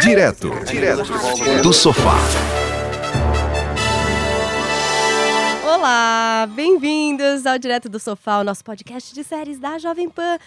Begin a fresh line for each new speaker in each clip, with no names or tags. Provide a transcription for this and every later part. Direto, direto do sofá.
Olá, bem-vindos ao Direto do Sofá, o nosso podcast de séries da Jovem Pan.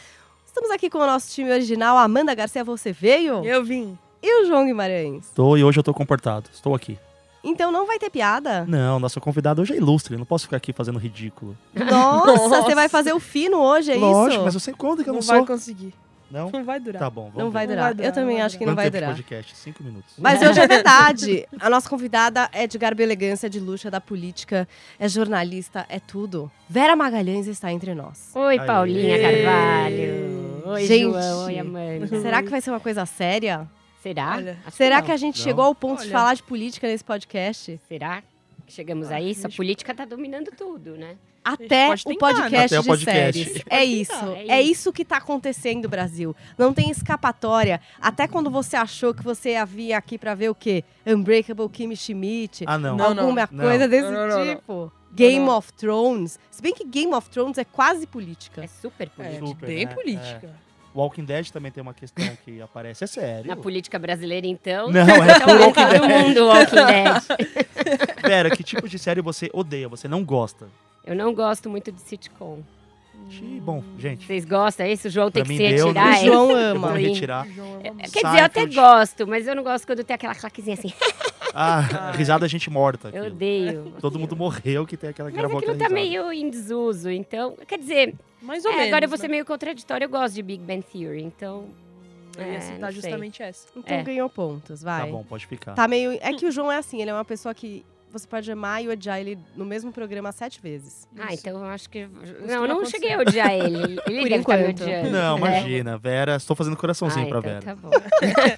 Estamos aqui com o nosso time original, Amanda Garcia, você veio?
Eu vim.
E o João Guimarães.
Estou e hoje eu estou comportado. Estou aqui.
Então não vai ter piada?
Não, nosso convidado hoje é ilustre. eu Não posso ficar aqui fazendo ridículo.
Nossa,
Nossa.
você vai fazer o fino hoje, é
Lógico,
isso?
mas eu sei quando que eu
Não,
não,
vai
sou.
conseguir.
Não?
Não vai durar.
Tá bom, vamos
Não vai
ver.
durar.
Não vai durar,
Eu também
não vai
acho que não
Quanto
vai
tempo de
durar.
podcast? Cinco minutos.
Mas hoje é verdade. A nossa convidada é de garbo e elegância, de luxo, é da política, é jornalista, é tudo. Vera Magalhães está entre nós.
Oi,
Aê.
Paulinha Carvalho. Oi,
Gente.
João. Oi, Amanda.
Será que vai ser uma coisa séria?
Será?
Olha.
Uhum. Acho
Será
não.
que a gente
Não.
chegou ao ponto de
Olha.
falar de política nesse podcast?
Será que chegamos a isso? A política tá dominando tudo, né?
Até
pode
o
tentar,
podcast
né? Até o
de
podcast.
séries.
Pode
É
tentar.
isso.
É
É isso que tá acontecendo, Brasil. Não tem escapatória. Até quando você achou que você havia aqui pra ver o quê? Unbreakable Kimmy Schmidt.
Ah, não.
Não.
alguma
não.
coisa desse
Não, não, não.
tipo. Game
Não, não.
of Thrones. Se bem que Game of Thrones é quase
Tá.
política.
É super
É,
política.
Super,
bem
né?
política.
Walking Dead também tem uma questão que aparece. É sério.
Na política brasileira, então.
Não, é
então,
puro
todo mundo Walking Dead.
Vera, que tipo de série você odeia, você não gosta?
Eu não gosto muito de sitcom.
Ih, Bom, gente,
Vocês gostam? É isso? O João
pra
tem que
mim
se
deu. né?
retirar.
O João
é?
Eu vou
ama.
me
hein?
retirar.
João, é eu amo.
Quer dizer, eu até
Seinfeld.
gosto, mas eu não gosto quando tem aquela claquezinha assim.
Ah, risada gente morta.
Eu
aquilo.
odeio.
Todo mundo morreu que tem aquela que
Mas
gravou
aquilo
aquela
tá
risada.
meio em desuso, então. Quer dizer,
Mais ou
É,
menos.
agora eu vou ser
né?
meio contraditória, eu gosto de Big Bang Theory, então.
Eu ia
É,
citar
não sei.
justamente essa.
Então
É.
ganhou pontos, vai.
Tá bom, pode ficar.
Tá meio. É que o João é assim, ele é uma pessoa que você pode amar e odiar ele no mesmo programa sete vezes.
Ah,
Isso.
então eu acho que. Não, eu não
acontecer.
cheguei a odiar ele. Ele
Por
deve estar me
enquanto.
odiando.
Não,
É.
imagina, Vera. Estou fazendo coraçãozinho
ah,
pra
então
Vera.
Tá bom.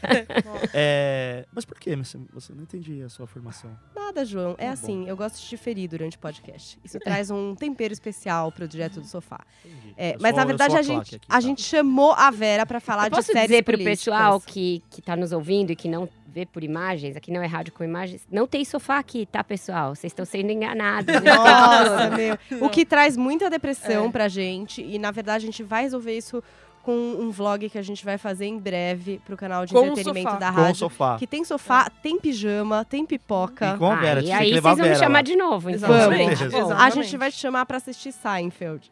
tá.
É, mas por que? Você você não entendi a sua afirmação.
Nada, João. É
Tá bom. É.
assim, eu gosto de te ferir durante o podcast. Isso traz um tempero especial pro Direto do Sofá.
Entendi.
É,
Eu
mas
sou-
na
eu
verdade
sou
a
claque
gente,
aqui,
a
tá?
gente chamou a Vera pra falar
Eu
de
posso
séries
dizer pro
políticas.
pessoal que, que tá nos ouvindo e que não vê por imagens, aqui não é rádio com imagens, não tem sofá aqui, tá, pessoal? Vocês estão sendo enganados. Não tem
Nossa,
sofá.
meu. O que traz muita depressão pra gente. E, na verdade, a gente vai resolver isso com um vlog que a gente vai fazer em breve pro canal de
Com o
entretenimento
sofá.
da
Com o
rádio.
sofá.
tá Que tem sofá, tem pijama, tem pipoca.
E com a Vera,
Ah, e
tinha
aí
que
vocês
levar
vão
a Vera.
me chamar
lá.
de novo, então.
Exatamente.
Tá bom.
A
Exatamente.
gente vai te chamar pra assistir Seinfeld.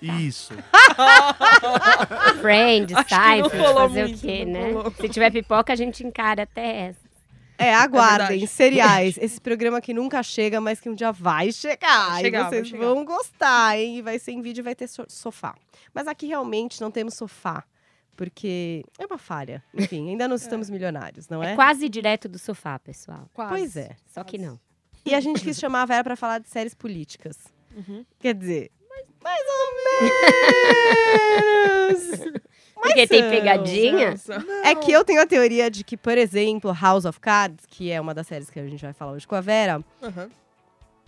Isso.
Friends,
Acho que não
Seinfeld,
colou
fazer
muito,
o quê,
não
né?
colou.
Se tiver pipoca, a gente encara até essa.
É, aguardem,
verdade.
cereais. Esse programa que nunca chega, mas que um dia vai chegar.
Vai
e
chegar, vai
vocês
chegar.
vão gostar, hein? E vai ser em vídeo e vai ter so- sofá. Mas aqui realmente não temos sofá. Porque é uma falha. Enfim, ainda
É.
não estamos milionários, não é?
É quase direto do sofá, pessoal.
Quase.
Pois é.
Só que não.
E a gente quis chamar a Vera pra falar de séries políticas.
Uhum.
Quer dizer, mais ou menos.
Porque tem pegadinha.
Nossa.
É que eu tenho a teoria de que, por exemplo, House of Cards, que é uma das séries que a gente vai falar hoje com a Vera,
Aham.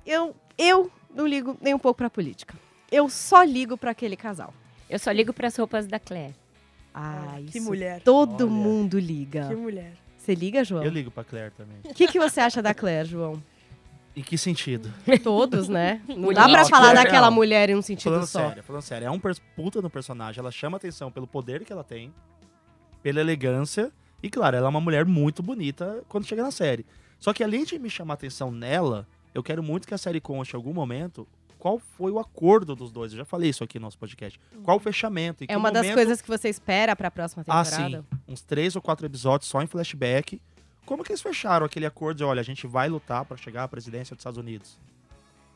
eu, eu não ligo nem um pouco pra política. Eu só ligo pra aquele casal.
Eu só ligo pras roupas da Claire.
Ah, isso.
Que mulher.
Todo
Olha.
mundo
Que
liga.
mulher.
Você liga,
Eu
João?
ligo pra Claire também.
O que, que você acha da Claire, João?
Em que sentido?
Todos, né? Não dá
Política.
pra falar
Não.
daquela mulher em um sentido
Falando
só.
sério, falando sério. É um pers- puta no personagem. Ela chama atenção pelo poder que ela tem, pela elegância. E claro, ela é uma mulher muito bonita quando chega na série. Só que além de me chamar atenção nela, eu quero muito que a série conte em algum momento qual foi o acordo dos dois. Eu já falei isso aqui no nosso podcast. Qual o fechamento? em que
É uma das
momento
coisas que você espera pra próxima
Ah,
temporada?
sim. Uns três ou quatro episódios só em flashback. Como que eles fecharam aquele acordo de, olha, a gente vai lutar pra chegar à presidência dos Estados Unidos?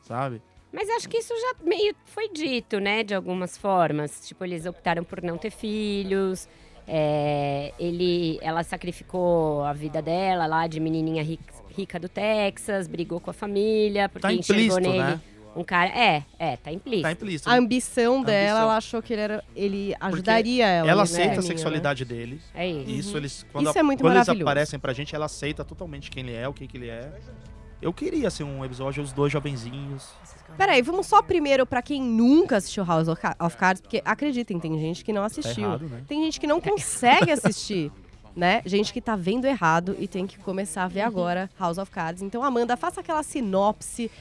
Sabe?
Mas acho que isso já meio foi dito, né? De algumas formas. Tipo, eles optaram por não ter filhos. é, ele, ela sacrificou a vida dela lá de menininha ri- rica do Texas, brigou com a família, porque
Tá
enxergou
implícito,
nele
né?
um cara. É, é, tá implícito.
Tá implícito.
A ambição
A
dela,
ambição.
ela achou que ele, era, ele ajudaria ela.
ela
nesse
aceita a
caminho, né?
sexualidade dele.
É isso.
E isso eles. Quando,
Isso
a-
é muito
quando eles
maravilhoso.
aparecem pra gente, ela aceita totalmente quem ele é, o que, que ele é. Eu queria, assim, um episódio, os dois jovenzinhos.
Peraí, vamos só primeiro pra quem nunca assistiu House of Ca- of Cards, porque acreditem, tem gente que não
Tá
assistiu.
errado, né?
Tem gente que não consegue assistir, né? Gente que tá vendo errado e tem que começar a ver agora House of Cards. Então, Amanda, faça aquela sinopse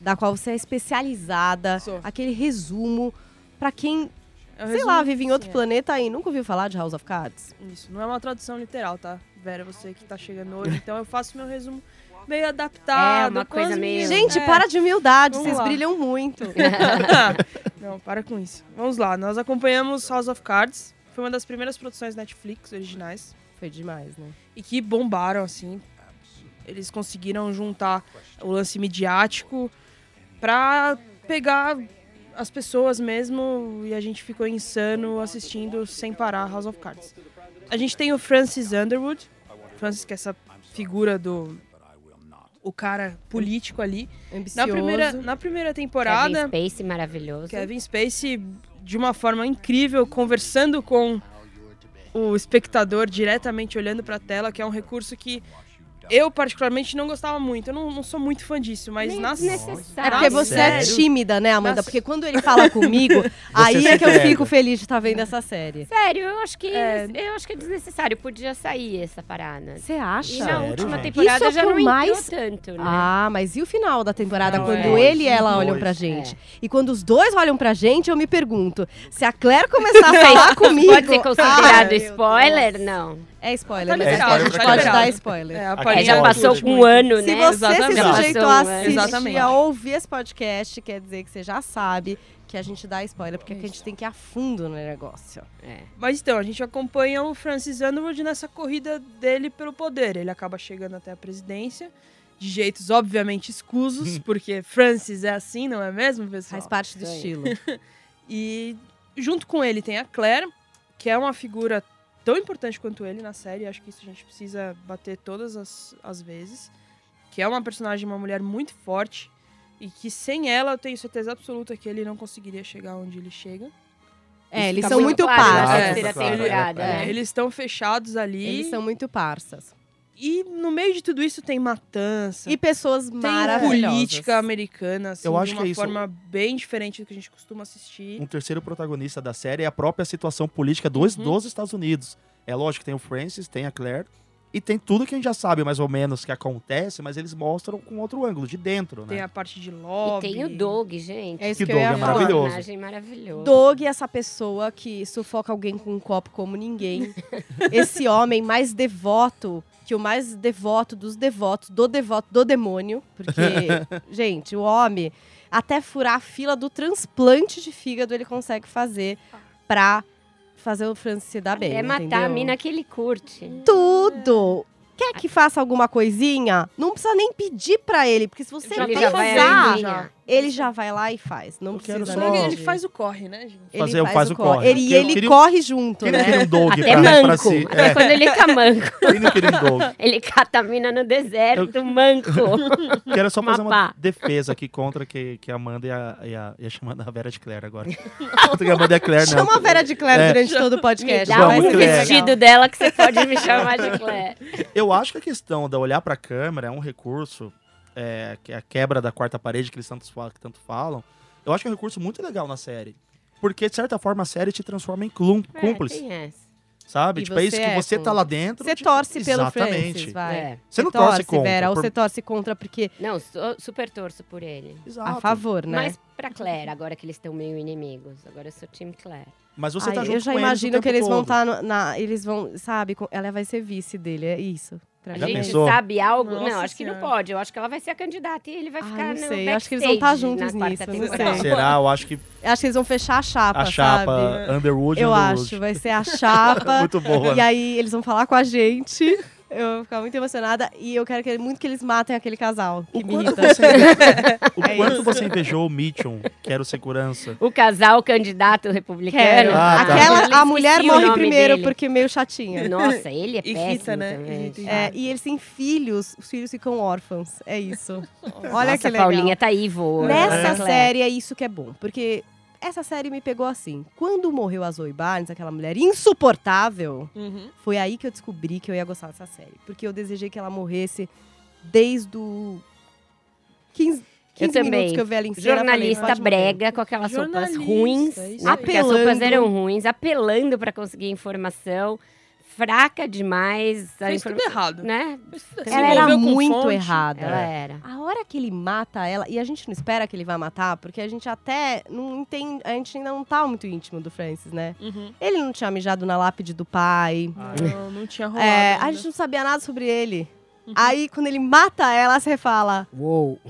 da qual você é especializada,
Sou.
aquele resumo pra quem,
Eu
sei lá,
resumo
vive em outro
assim,
planeta e nunca ouviu falar de House of Cards.
é. Isso, não é uma tradução literal, tá? Vera, você que tá chegando hoje. Então eu faço meu resumo meio adaptado.
É, uma
com as
coisa meio-
minhas-
Gente,
é.
para de humildade,
Vamos
vocês
lá.
brilham muito.
Não, para com isso. Vamos lá, nós acompanhamos House of Cards. Foi uma das primeiras produções Netflix originais.
Foi demais, né?
e que bombaram, assim. Eles conseguiram juntar o lance midiático pra pegar as pessoas mesmo e a gente ficou insano assistindo sem parar House of Cards. A gente tem o Francis Underwood, Francis que é essa figura do o cara político ali. Na
Ambicioso.
primeira, na primeira
Kevin
temporada,
Space maravilhoso.
Kevin Spacey de uma forma incrível conversando com o espectador diretamente olhando para a tela, que é um recurso que eu particularmente não gostava muito. Eu não, não sou muito fã disso, mas
Meio
nas
desnecessário.
É porque você é
Sério?
tímida, né, Amanda?
Nas-
Porque quando ele fala comigo, aí
se
é que eu
pega.
fico feliz de estar vendo essa série.
Sério, eu acho que
É.
eu acho que é desnecessário. Podia sair essa parada.
Você
E
acha?
na última
gente?
temporada
Isso é o
já
que eu
não
mais-
mais... tanto, né?
Ah, mas e o final da temporada?
Não,
quando
é.
ele e ela
Dois.
olham pra gente. E quando os dois olham pra gente, eu me pergunto: se a Claire começar Tá a falar comigo.
Pode ser
Ah,
considerado
meu
spoiler? Não.
É
Tá
spoiler, mas
liberado,
a gente
tá
pode
liberado.
dar spoiler.
É, a
Aqui
parte
É, já
de
passou
atitude,
um
muito.
ano,
Se
né?
você
Exatamente.
se
Já
sujeitou
passou
a
um ano.
assistir,
Exatamente.
a ouvir esse podcast, quer dizer que você já sabe que a gente dá spoiler, porque aqui a gente tem que ir a fundo no negócio.
É.
Mas então, a gente acompanha o Francis Underwood nessa corrida dele pelo poder. Ele acaba chegando até a presidência de jeitos obviamente escusos, porque Francis é assim, não é mesmo, pessoal?
Faz parte do
Isso aí.
estilo.
E junto com ele tem a Claire, que é uma figura tão importante quanto ele na série. Acho que isso a gente precisa bater todas as, as vezes. Que é uma personagem, uma mulher muito forte. E que sem ela, eu tenho certeza absoluta que ele não conseguiria chegar onde ele chega.
É, eles
Tá
são muito
claro na
parça.
parças.
terceira
Claro, né?
temporada,
é.
né?
Eles estão fechados ali.
Eles são muito parças.
E no meio de tudo isso tem matança.
E pessoas
um
tem
maravilhosas.
política americana, assim,
Eu acho
de
que
uma
é isso.
forma bem diferente do que a gente costuma assistir.
um terceiro protagonista da série é a própria situação política dos,
Uhum.
dos Estados Unidos. É lógico, tem o Francis, tem a Claire, e tem tudo que a gente já sabe mais ou menos que acontece, mas eles mostram com outro ângulo, de dentro,
Tem
né?
a parte de
E
lobby.
tem o Doug, gente.
É isso
Que
que, eu
Doug
ia
é
falar.
maravilhoso.
personagem maravilhoso.
Doug, é essa pessoa que sufoca alguém com um copo como ninguém. Esse homem mais devoto, que o mais devoto dos devotos, do devoto do demônio. Porque, gente, o homem, até furar a fila do transplante de fígado, ele consegue fazer pra fazer o Francis se dar bem.
é matar
entendeu?
a mina que Ah. ele curte.
Tudo! Quer que faça alguma coisinha? Não precisa nem pedir pra ele, porque se você
Já
Ele
tem
já
que
tá vai
usar.
ali,
recusar,
já.
ele já vai lá e faz. Não
Eu
precisa
quero só-
nem
Ele,
Ó.
ele
pedir.
faz o corre, né, gente?
Ele
Fazer- faz o corre.
Ele, e
Eu
ele
queria-
corre junto,
Quem
né?
não queria um Doug
Até
pra, pra É.
manco.
si?
Até quando ele tá manco.
Quem não queria um Doug?
Ele cata a mina no deserto, manco.
Quero só fazer uma
Mapá.
defesa aqui contra que, que a Amanda e a, e a, e a chamada a Vera de Claire agora. contra que a Amanda e a Claire, não.
Chama a Vera de Claire
É.
durante todo o
Me
podcast.
dá
Vamos,
um
vai ser
Claire.
vestido dela que você pode me chamar de Claire.
Eu acho que a questão da olhar pra câmera é um recurso, é, que é a quebra da quarta parede que eles tanto, fa- que tanto falam. Eu acho que é um recurso muito legal na série. Porque, de certa forma, a série te transforma em clum,
É,
cúmplice,
tem essa.
sabe?
E
tipo, é isso
você
que
é
você tá
cúmplice.
lá dentro.
Você
te-
torce pelo
Exatamente.
Francis, vai.
É.
Você não torce, contra.
Vera, ou
por-
você torce contra porque é
Não, sou- super torço por ele.
Exato.
a favor, né?
Mas pra Claire, agora que eles estão meio inimigos. Agora eu sou time Claire.
Mas você
Ai,
tá junto
eu já
com
imagino
eles o
que eles
tempo
vão tá
todo.
estar na, eles vão, sabe, com- ela vai ser vice dele, é isso. Pra
A
Já
gente
pensou?
sabe algo?
Nossa
não, acho que não
Senhora.
pode. Eu acho que ela vai ser a candidata e ele vai
Ah,
ficar
não
no
sei. Eu acho que eles vão estar
backstage
juntos
na quarta
nisso, não
temporada.
sei.
Será? Eu acho que
Acho que eles vão fechar a chapa,
a chapa
sabe?
Underwood
Eu
Underwood.
acho, vai ser a chapa.
Muito boa.
E aí eles vão falar com a gente. Eu vou ficar muito emocionada e eu quero que- muito que eles matem aquele casal. Que
O
me
quanto,
irrita.
você, o
É
quanto
isso.
você invejou o Mitchum, que era o segurança?
O casal candidato republicano.
Quero.
Ah, tá.
Eu
Aquela, a
esqueci
mulher
o
morre
nome
primeiro
dele.
porque meio chatinha.
Nossa, ele é
Irrita,
péssimo
né?
também.
Irrita, irrita.
É, e eles têm filhos, os filhos ficam órfãos. É isso. Olha
Nossa,
que legal.
Paulinha tá evil. hoje,
Nessa
né, Claire?
série é isso que é bom, porque essa série me pegou assim. Quando morreu a Zoe Barnes, aquela mulher insuportável,
Uhum.
foi aí que eu descobri que eu ia gostar dessa série. Porque eu desejei que ela morresse desde o 15, 15 minutos
também.
que eu vi ela em cena. eu falei,
Jornalista
pode morrer.
brega com aquelas roupas
Jornalista,
ruins.
isso aí.
né, Porque as
Apelando.
roupas eram ruins, apelando pra conseguir informação. fraca demais. a
Fez tudo
informa-
errado.
Né?
Se
Ela
envolveu
era
com
muito
fonte.
errada.
Ela era.
A hora que ele mata ela, e a gente não espera que ele vá matar, porque a gente até não entende, a gente ainda não tá muito íntimo do Francis, né?
Uhum.
Ele não tinha mijado na lápide do pai.
Ah, Não, não tinha rolado.
É,
ainda.
a gente não sabia nada sobre ele.
Uhum.
Aí, quando ele mata ela, você fala:
Uou.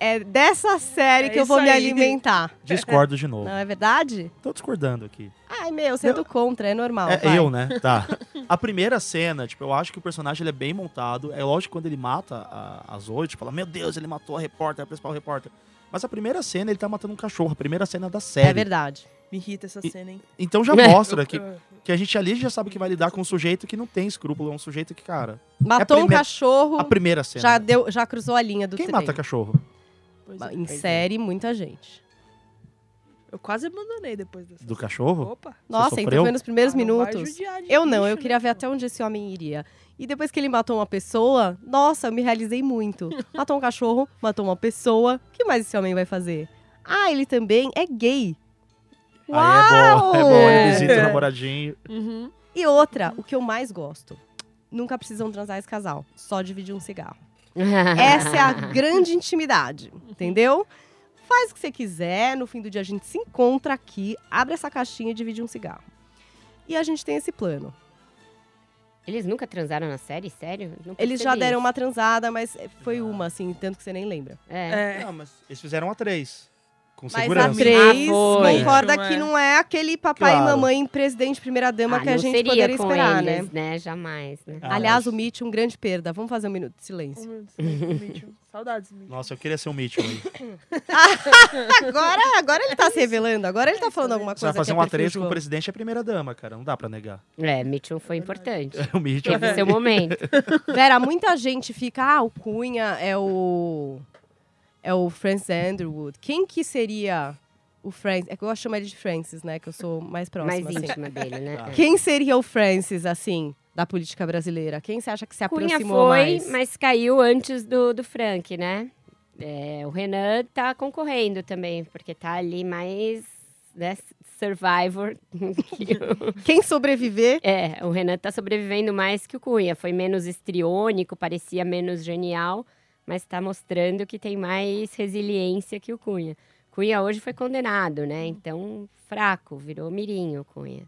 É dessa série
É
que eu
isso
vou me
aí.
alimentar.
Discordo de novo.
Não é verdade?
Tô discordando aqui.
Ai, meu, você é
Eu-
do contra, é normal.
É
vai.
eu, né? Tá. A primeira cena, tipo, eu acho que o personagem ele é bem montado. É lógico que quando ele mata a, a Zoe, tipo, fala, meu Deus, ele matou a repórter, a principal repórter. Mas a primeira cena, ele tá matando um cachorro. A primeira cena da série.
É verdade.
Me irrita essa
E-
cena, hein?
Então já mostra
Eu-
que,
eu-
que a gente ali já sabe que vai lidar com um sujeito que não tem escrúpulo. É um sujeito que, cara...
Matou um
primeira-
cachorro,
A primeira cena.
já, deu, já cruzou a linha do
Quem
trem.
mata cachorro?
pois
Ba-
é.
Em série, muita gente.
Eu quase abandonei depois dessa
Do
cena.
cachorro?
Opa.
Nossa, então
sofreu?
foi nos primeiros
Ah, não vai
minutos.
judiar de
Eu não, eu
bicho,
queria
né,
ver até onde esse homem iria. E depois que ele matou uma pessoa, nossa, eu me realizei muito. Matou um cachorro, matou uma pessoa. O que mais esse homem vai fazer? Ah, ele também é gay. Uau!
Aí é bom, é bom.
É.
Ele visita o namoradinho.
Uhum.
E outra, o que eu mais gosto. Nunca precisam transar esse casal, só dividir um cigarro. Essa é a grande intimidade, entendeu? Faz o que você quiser, no fim do dia a gente se encontra aqui, abre essa caixinha e divide um cigarro. E a gente tem esse plano.
Eles nunca transaram na série? Sério? Não
Eles já
percebi
deram
isso.
uma transada, mas foi uma, assim, tanto que você nem lembra.
É.
É.
Não, mas eles fizeram a três. Com
Mas
segurança.
a três
Ah, foi.
concorda
Não é.
que não é aquele papai
Claro.
e mamãe, presidente, primeira-dama
Ah,
que a
não
gente
seria
poderia
com
esperar,
eles,
né?
Jamais, né?
Ah,
Aliás, o
mas-
Mitch, um grande perda. Vamos fazer um minuto de
Um
silêncio.
minuto, silêncio, Mitchell. Saudades, Mitchell.
Nossa, eu queria ser um Mitchell aí.
Agora, agora ele tá se revelando, agora ele tá falando alguma
Você
coisa.
vai fazer
que é
uma
perfil
treta
de
com o
gol.
presidente e a primeira-dama, cara. Não dá pra negar.
É, Mitchell foi importante.
O Mitchell...
Teve seu momento.
Vera, muita gente fica, ah, o Cunha é o. É o Francis Underwood. Quem que seria o Francis? É que eu chamo ele de Francis, né? Que eu sou mais próxima.
mais
assim.
íntima dele, né?
Tá.
Quem seria o Francis, assim, da política brasileira? Quem você acha que se
Cunha
aproximou
foi,
mais?
mas caiu antes do, do Frank, né? É, o Renan tá concorrendo também, porque tá ali mais, né, Survivor. que o-
Quem sobreviver?
é, o Renan tá sobrevivendo mais que o Cunha. Foi menos estriônico, parecia menos genial, mas tá mostrando que tem mais resiliência que o Cunha. Cunha hoje foi condenado, né? Então, fraco, virou mirinho o Cunha.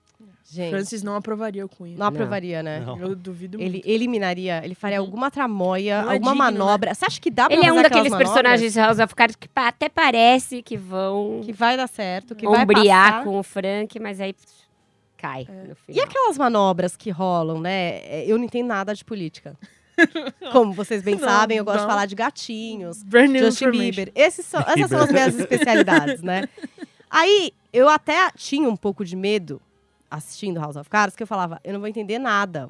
Gente,
Francis não aprovaria o Cunha.
não aprovaria, né?
Não.
Eu duvido
Ele eliminaria, ele faria alguma tramóia,
Não é
alguma
digno,
manobra. Você acha que dá pra
Ele é
fazer
um
aquelas
daqueles
manobras
personagens de House of Cards que pa- até parece que vão
que vai dar certo, que vai
ombrear
passar. É.
com o Frank, mas aí pss, cai no
E
final.
aquelas manobras que rolam, né? É, Eu não entendo nada de política. Como vocês bem
Não,
sabem, eu gosto
não.
de falar de gatinhos,
Brand new
Justin
information.
Bieber. Esses são- essas são as minhas especialidades, né? Aí, eu até tinha um pouco de medo assistindo House of Cards, que eu falava, eu não vou entender nada.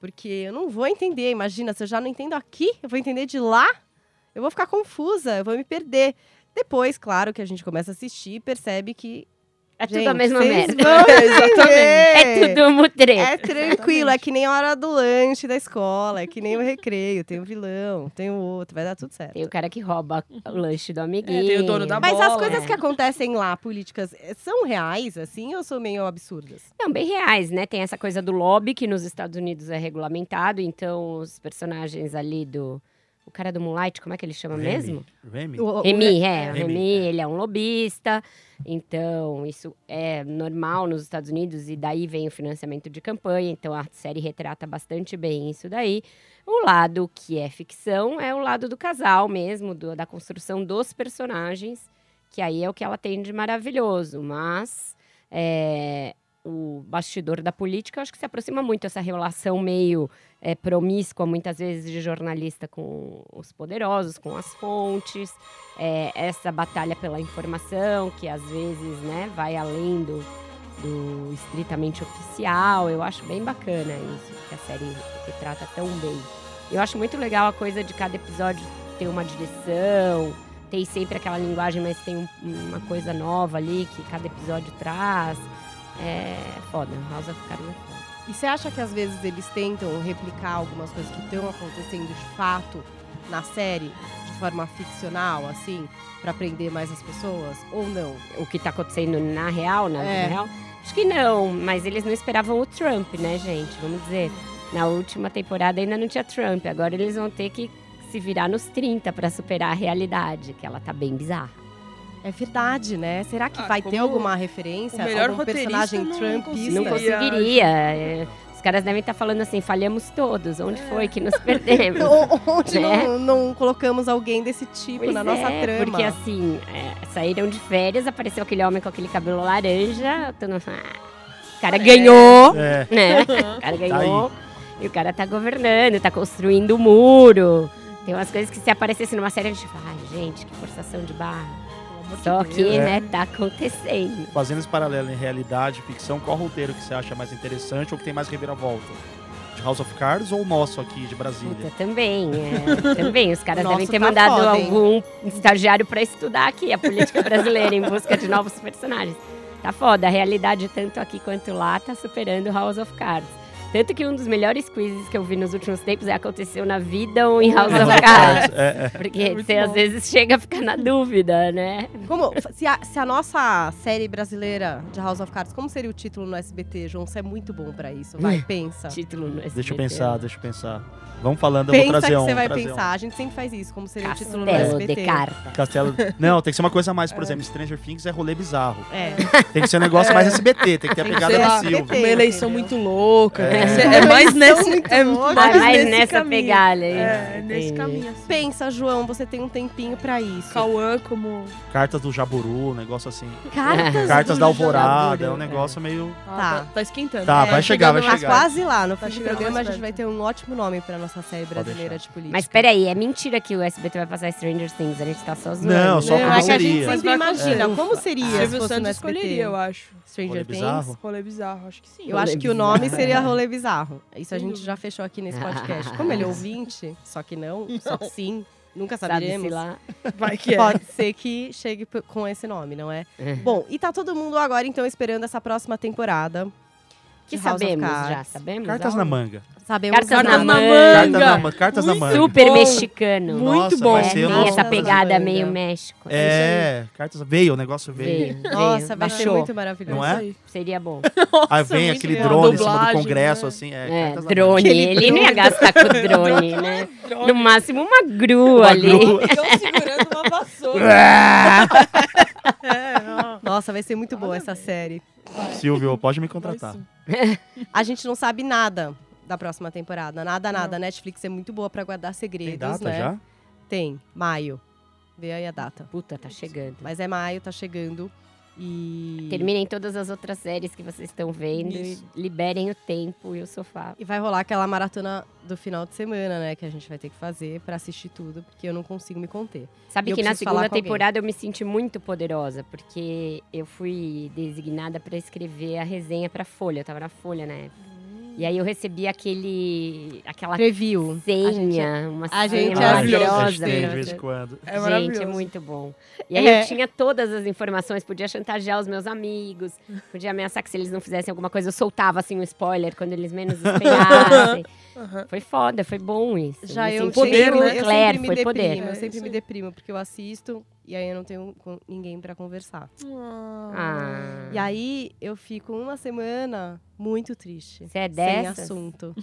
Porque eu não vou entender. Imagina, se eu já não entendo aqui, eu vou entender de lá. Eu vou ficar confusa, eu vou me perder. Depois, claro, que a gente começa a assistir e percebe que.
É tudo
gente,
a mesma
vocês
merda.
vão entender.
É tudo mutreta.
É tranquilo, é que nem a hora do lanche da escola, é que nem o recreio. Tem o vilão, tem o outro, vai dar tudo certo.
Tem o cara que rouba o lanche
É,
do amiguinho.
tem o dono da
Mas as
bola.
coisas
É.
que acontecem lá, políticas, eh, são reais, assim, ou são meio absurdas?
Não, bem reais, né? Tem essa coisa do lobby, que nos Estados Unidos é regulamentado. Então, os personagens ali do... O cara do Moonlight, como é que ele chama mesmo?
Remy?
O- o-
Remy, é. O
Remy,
Remy,
é.
ele é um lobista. Então, isso é normal nos Estados Unidos. E daí vem o financiamento de campanha. Então, a série retrata bastante bem isso daí. O lado que é ficção é o lado do casal mesmo, do- da construção dos personagens. Que aí é o que ela tem de maravilhoso. Mas... é, o bastidor da política, eu acho que se aproxima muito essa relação meio é, promíscua, muitas vezes, de jornalista com os poderosos, com as fontes é, essa batalha pela informação, que às vezes né, vai além do, do estritamente oficial. Eu acho bem bacana isso, que a série retrata tão bem. Eu acho muito legal a coisa de cada episódio ter uma direção, tem sempre aquela linguagem, mas tem um- uma coisa nova ali que cada episódio traz. É foda, House of Cards é foda.
E você acha que às vezes eles tentam replicar algumas coisas que estão acontecendo de fato na série, de forma ficcional, assim, pra prender mais as pessoas, ou não?
O que tá acontecendo na real, na vida
É.
real. Acho que não, mas eles não esperavam o Trump, né, gente? Vamos dizer. Na última temporada ainda não tinha Trump. Agora eles vão ter que se virar nos 30 pra superar a realidade, que ela tá bem bizarra.
É verdade, né? Será que
Ah,
vai
como
ter alguma
o
referência?
melhor
algum
roteirista
personagem
não
trumpista?
Não
Sim.
conseguiria. é. Os caras devem estar falando assim, falhamos todos. Onde foi que nos perdemos?
É. O- Onde
Né?
não, não colocamos alguém desse tipo
Pois
na nossa
é,
trama?
Porque assim, é, saíram de férias, apareceu aquele homem com aquele cabelo laranja. Todo... mundo, "Ah, o
É.
cara ganhou,
É.
né? O cara ganhou. E o cara tá governando, tá construindo o muro. Tem umas coisas que se aparecesse numa série, a gente fala, ai, gente, que forçação de barra. Só que,
É.
né, tá acontecendo.
Fazendo esse paralelo em realidade e ficção, qual roteiro que você acha mais interessante ou que tem mais reviravolta? De House of Cards ou o nosso aqui de
Puta,
Brasília?
também, é, também. Os caras
Nossa,
devem ter
tá
mandado
foda, hein?
algum estagiário pra estudar aqui a política brasileira em busca de novos personagens. Tá foda, a realidade tanto aqui quanto lá tá superando House of Cards. Tanto que um dos melhores quizzes que eu vi nos últimos tempos é Aconteceu na Vida ou em House of Cards.
É, é.
Porque
É muito
você às
bom.
vezes chega a ficar na dúvida, né?
Como, se, a, se a nossa série brasileira de House of Cards, como seria o título no SBT, João? Você é muito bom pra isso. Vai,
Tá.
pensa.
Título no SBT.
Deixa eu pensar, deixa eu pensar. Vamos falando, eu vou
Pensa que
trazer um.
você vai
trazer um.
pensar. A gente sempre faz isso, como seria o título no
Castelo
SBT.
de carta.
Castelo. Não, tem que ser uma coisa a mais, por exemplo, Stranger Things é rolê bizarro.
É.
Tem que ser um negócio mais SBT, tem que ter
Tem
a
que
pegada
ser
da
lá.
Silva.
Tem,
É Uma eleição
entendeu?
muito louca.
É.
tem que ser- É, mais nessa, é
louca.
Vai
mais
mais
nesse
nessa
caminho.
pegada aí.
É, nesse
Entendi.
caminho. Assim.
Pensa, João, você tem um tempinho pra isso.
Cauã como...
Cartas do Jaburu, um negócio assim.
Cartas,
Cartas
do
da
Jaburu. né?
Alvorada, é um negócio meio.
Ah, tá, tá esquentando.
Tá,
É,
vai chegar, vai
chegando
Tá
chegar.
quase lá. No
Tá
fim do
chegando
programa, a
mais
gente
perto.
vai ter um ótimo nome pra nossa série brasileira de política.
Mas peraí, é mentira que o SBT vai passar Stranger Things, a gente tá só zoando.
Não, só
Não,
como
é que a gente
seria.
Mas
sempre
vai
imagina
acontecer.
como seria
lá.
se
Silvio
fosse no
Santos
SBT.
escolheria, eu acho.
Rolê
Stranger Things.
é bizarro?
Rolê é bizarro, acho que sim.
Eu acho que o
bizarro.
nome seria Rolê Bizarro. Isso a
Sem
gente
dúvida.
já fechou aqui nesse podcast. Como ele é ouvinte, só que não, só que sim, nunca
Sabe-se
saberemos.
lá.
Vai que é.
Pode ser que chegue p- com esse nome, não é? Bom, e tá todo mundo agora, então, esperando essa próxima temporada.
Que
de House of
sabemos
Cards.
já, sabemos?
Cartas na
algo?
manga.
Sabemos
Cartas
nada.
na manga.
Cartas na manga. Cartas na manga.
Super
Bom.
mexicano.
Muito
Nossa,
bom.
Vai
É,
ser
tem
o nosso-
essa pegada
Cartas na
meio
manga.
México.
É, cartas. Veio, o negócio veio.
Veio, veio,
Nossa, vai ser
baixou.
muito maravilhoso.
Não é?
Isso
Seria bom.
Aí
Nossa,
vem
muito
aquele
legal.
drone em cima do
Dublagem,
congresso,
né?
assim. É,
É,
cartas na
drone. Ele não ia gastar com drone, né?
aí. É, Droga.
No máximo uma grua
Tipo Uma
ali.
grua.
Estão segurando uma vassoura.
É. manga.
É,
Nossa, vai ser muito boa essa série.
Silvio, pode me contratar.
A gente não sabe nada da próxima temporada. Nada, nada. A Netflix é muito boa pra guardar segredos,
Tem data
né?
já? Ah,
Tem. Maio. Vê aí a data.
Puta, tá chegando.
Mas é maio, tá chegando. E.
Terminem todas as outras séries que vocês estão vendo
Isso.
e liberem o tempo e o sofá.
E vai rolar aquela maratona do final de semana, né? Que a gente vai ter que fazer pra assistir tudo, porque eu não consigo me conter.
Sabe
Eu
que na
preciso falar
segunda
com alguém.
temporada eu me senti muito poderosa, porque eu fui designada para escrever a resenha para Folha, eu tava na Folha na época. E aí eu recebi aquele aquela
Preview. A gente-
senha, uma
a
senha
gente é
a
maravilhosa.
gente tem de vez em
maravilhosa.
quando.
É
gente,
maravilhoso.
é muito bom. E aí
É.
eu tinha todas as informações, podia chantagear os meus amigos, podia ameaçar que se eles não fizessem alguma coisa, eu soltava assim um spoiler quando eles menos esperassem.
Aham.
foi foda, foi bom isso.
Já
Me
eu
senti
poder,
sempre,
né?
eu
Claire,
sempre me
foi
deprimo,
poder.
eu
É,
sempre
isso
me
aí.
deprimo, porque eu assisto e aí eu não tenho com- ninguém pra conversar.
É.
Ah.
E aí eu fico uma semana muito triste.
Você é
Sem
dessas?
assunto.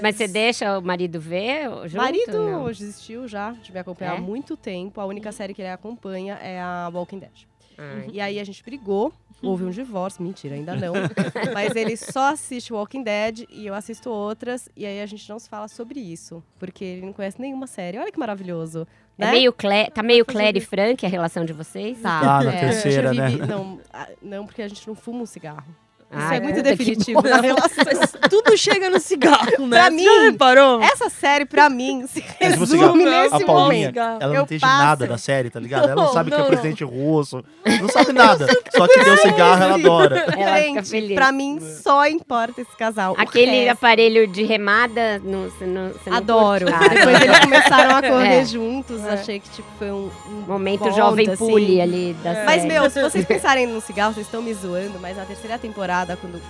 Mas você deixa o marido ver junto?
Marido
Não.
desistiu já de me acompanhar
É?
há muito tempo. A única série que ele acompanha é a Walking Dead.
Ai.
E aí a gente brigou, houve um
Uhum.
divórcio, mentira, ainda não. Mas ele só assiste Walking Dead e eu assisto outras. E aí a gente não se fala sobre isso, porque ele não conhece nenhuma série. Olha que maravilhoso,
É
né?
meio Cle- tá meio Claire e Frank a relação de vocês?
Tá,
Ah, na terceira,
a gente vive- Não, a- não, porque a gente não fuma um cigarro. Isso
Ai,
é muito
puta que
definitivo na relação.
Tudo chega no cigarro, né?
Ah. Pra
Você
mim, é
já reparou?
Essa série, pra mim, se
Mas você-
resume
A
nesse
Paulinha,
momento.
cigarro.
tipo assim, ela não
Eu
entende
passo.
nada da série, tá ligado? Ela não
Não,
sabe que é o
não,
presidente russo, não sabe nada. Só que deu cigarro, ela adora.
Ela fica
Gente,
feliz.
pra mim, só importa esse casal. O
Aquele
resto-
aparelho de remada, não, você não, você não
É. Adoro.
curte nada.
Depois eles começaram a correr
um É.
juntos.
É.
Achei que tipo, foi um, um
Momento
volta,
jovem
assim.
pule ali É. da
Mas,
série.
meu, se vocês pensarem num cigarro, vocês estão me zoando, mas na terceira temporada, quando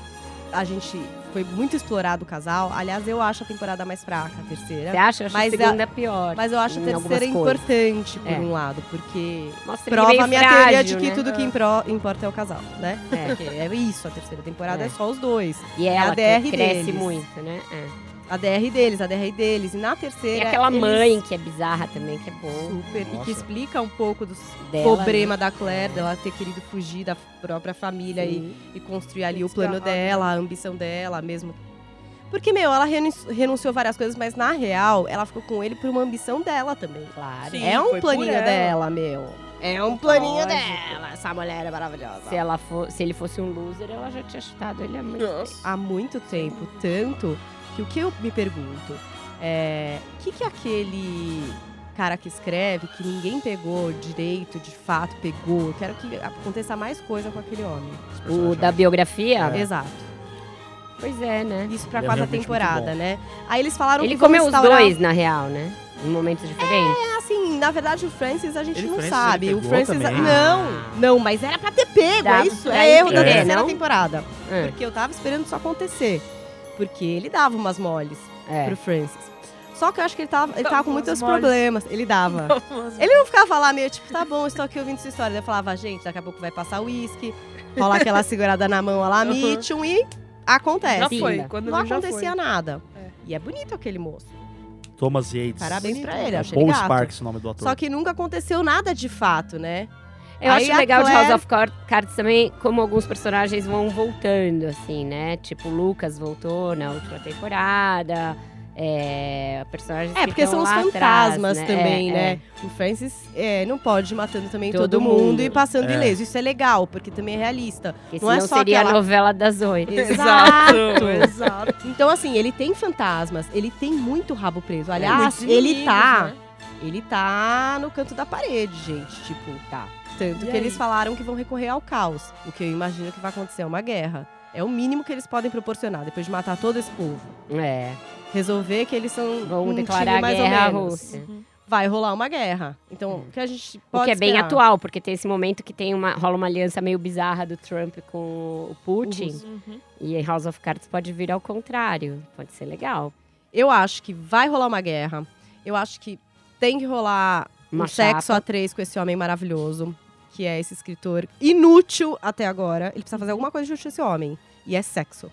a gente foi muito explorado o casal. Aliás, eu acho a temporada mais fraca, a terceira.
Você acha? Eu acho
Mas
a
a-
segunda pior.
Mas eu acho a
em algumas
terceira
coisas.
importante, por
É.
um lado, porque
Mostra ele
prova
meio
a minha
frágil,
teoria de que
né?
tudo que impro- importa é o casal, né?
É.
Porque é isso, a terceira temporada é,
É.
só os dois.
E
é
ela
a DR
que cresce
deles.
muito, né? É.
A DR deles, a DR deles. E na terceira.
Tem aquela
eles-
mãe que é bizarra também, que é boa.
Super. E
Nossa.
que explica um pouco do
Dela, né? É.
problema da Claire, dela ter querido fugir da própria família e
Sim.
e construir ali
Tem né?
o plano
desgarrado,
dela, a ambição dela mesmo. Porque, meu, ela renun- renunciou várias coisas, mas na real, ela ficou com ele por uma ambição dela também.
Claro.
Sim,
é um
foi por
planinho
ela.
dela, meu. É um planinho
Lógico.
dela. Essa mulher é maravilhosa.
Se, ela for, se ele fosse um loser, ela já tinha chutado ele há muito tempo.
Há muito tempo, tanto que o que eu me pergunto é: o que, que aquele cara que escreve, que ninguém pegou direito, de fato pegou? Eu quero que aconteça mais coisa com aquele homem. É.
O da biografia?
Exato.
Pois é, né?
Isso pra
Ele é
quarta
realmente muito
temporada,
bom.
né? Aí eles falaram
Ele
que vão
comeu os
instaurar-
dois, na real, né? Em momentos diferentes.
assim, na verdade o Francis a gente
Ele-
não
Francis,
sabe.
ele
o
pegou
Francis.
também.
É, Não, não, mas era pra ter pego,
Dá
é isso.
pra
É erro da
entender,
terceira
não?
temporada.
É.
Porque eu tava esperando isso acontecer. Porque ele dava umas moles
É.
pro Francis. Só que eu acho que ele tava, ele
Dava
tava com
umas
muitos
moles.
problemas. Ele dava. Ele não ficava lá meio tipo, tá bom, estou aqui ouvindo essa história. Daí Eu falava, gente, daqui a pouco vai passar o uísque, rolar aquela segurada na mão lá,
Uhum.
Mitchum, e acontece.
Já
Sim.
foi, quando
É, Não
não já
acontecia
foi.
nada.
É.
E é bonito aquele moço.
Thomas Yates.
Parabéns pra ele,
É
achei
Paul
gato.
Sparks o nome do ator.
Só que nunca aconteceu nada de fato, né?
Eu
Aí
acho
a
é legal de
Claire-
House of Car- Cards também, como alguns personagens vão voltando, assim, né? Tipo, o Lucas voltou na última temporada. É, personagens
É,
que
porque são
estão
os
lá
fantasmas
atrás, né?
também,
É,
né?
é.
O Francis é, não pode ir matando também todo,
Todo
mundo,
mundo.
e passando
É.
ileso. Isso é legal, porque também é realista.
Porque
Não é
senão
só
seria
aquela-
a novela das oito.
Exato, exato.
Então, assim, ele tem fantasmas, ele tem muito rabo preso.
É,
Aliás,
Muitos
ele
inimigos,
tá.
né?
Ele tá no canto da parede, gente. Tipo, tá. Tanto
E
que
aí?
eles falaram que vão recorrer ao caos. O que eu imagino que vai acontecer é uma guerra. É o mínimo que eles podem proporcionar depois de matar todo esse povo.
É,
Resolver que eles são.
vão
um
declarar
time mais ou
guerra à
menos.
Rússia. Hum.
vai rolar uma guerra. Então, o que a gente pode
o que é bem
esperar?
atual, porque tem esse momento que tem uma, rola uma aliança meio bizarra do Trump com o Putin.
O russo.
Uhum.
E em House of Cards pode vir ao contrário. Pode ser legal.
Eu acho que vai rolar uma guerra. Eu acho que tem que rolar
Uma
um sexo
chapa.
a três com esse homem maravilhoso, que é esse escritor inútil até agora. Ele precisa fazer alguma coisa de útil esse homem. E é sexo.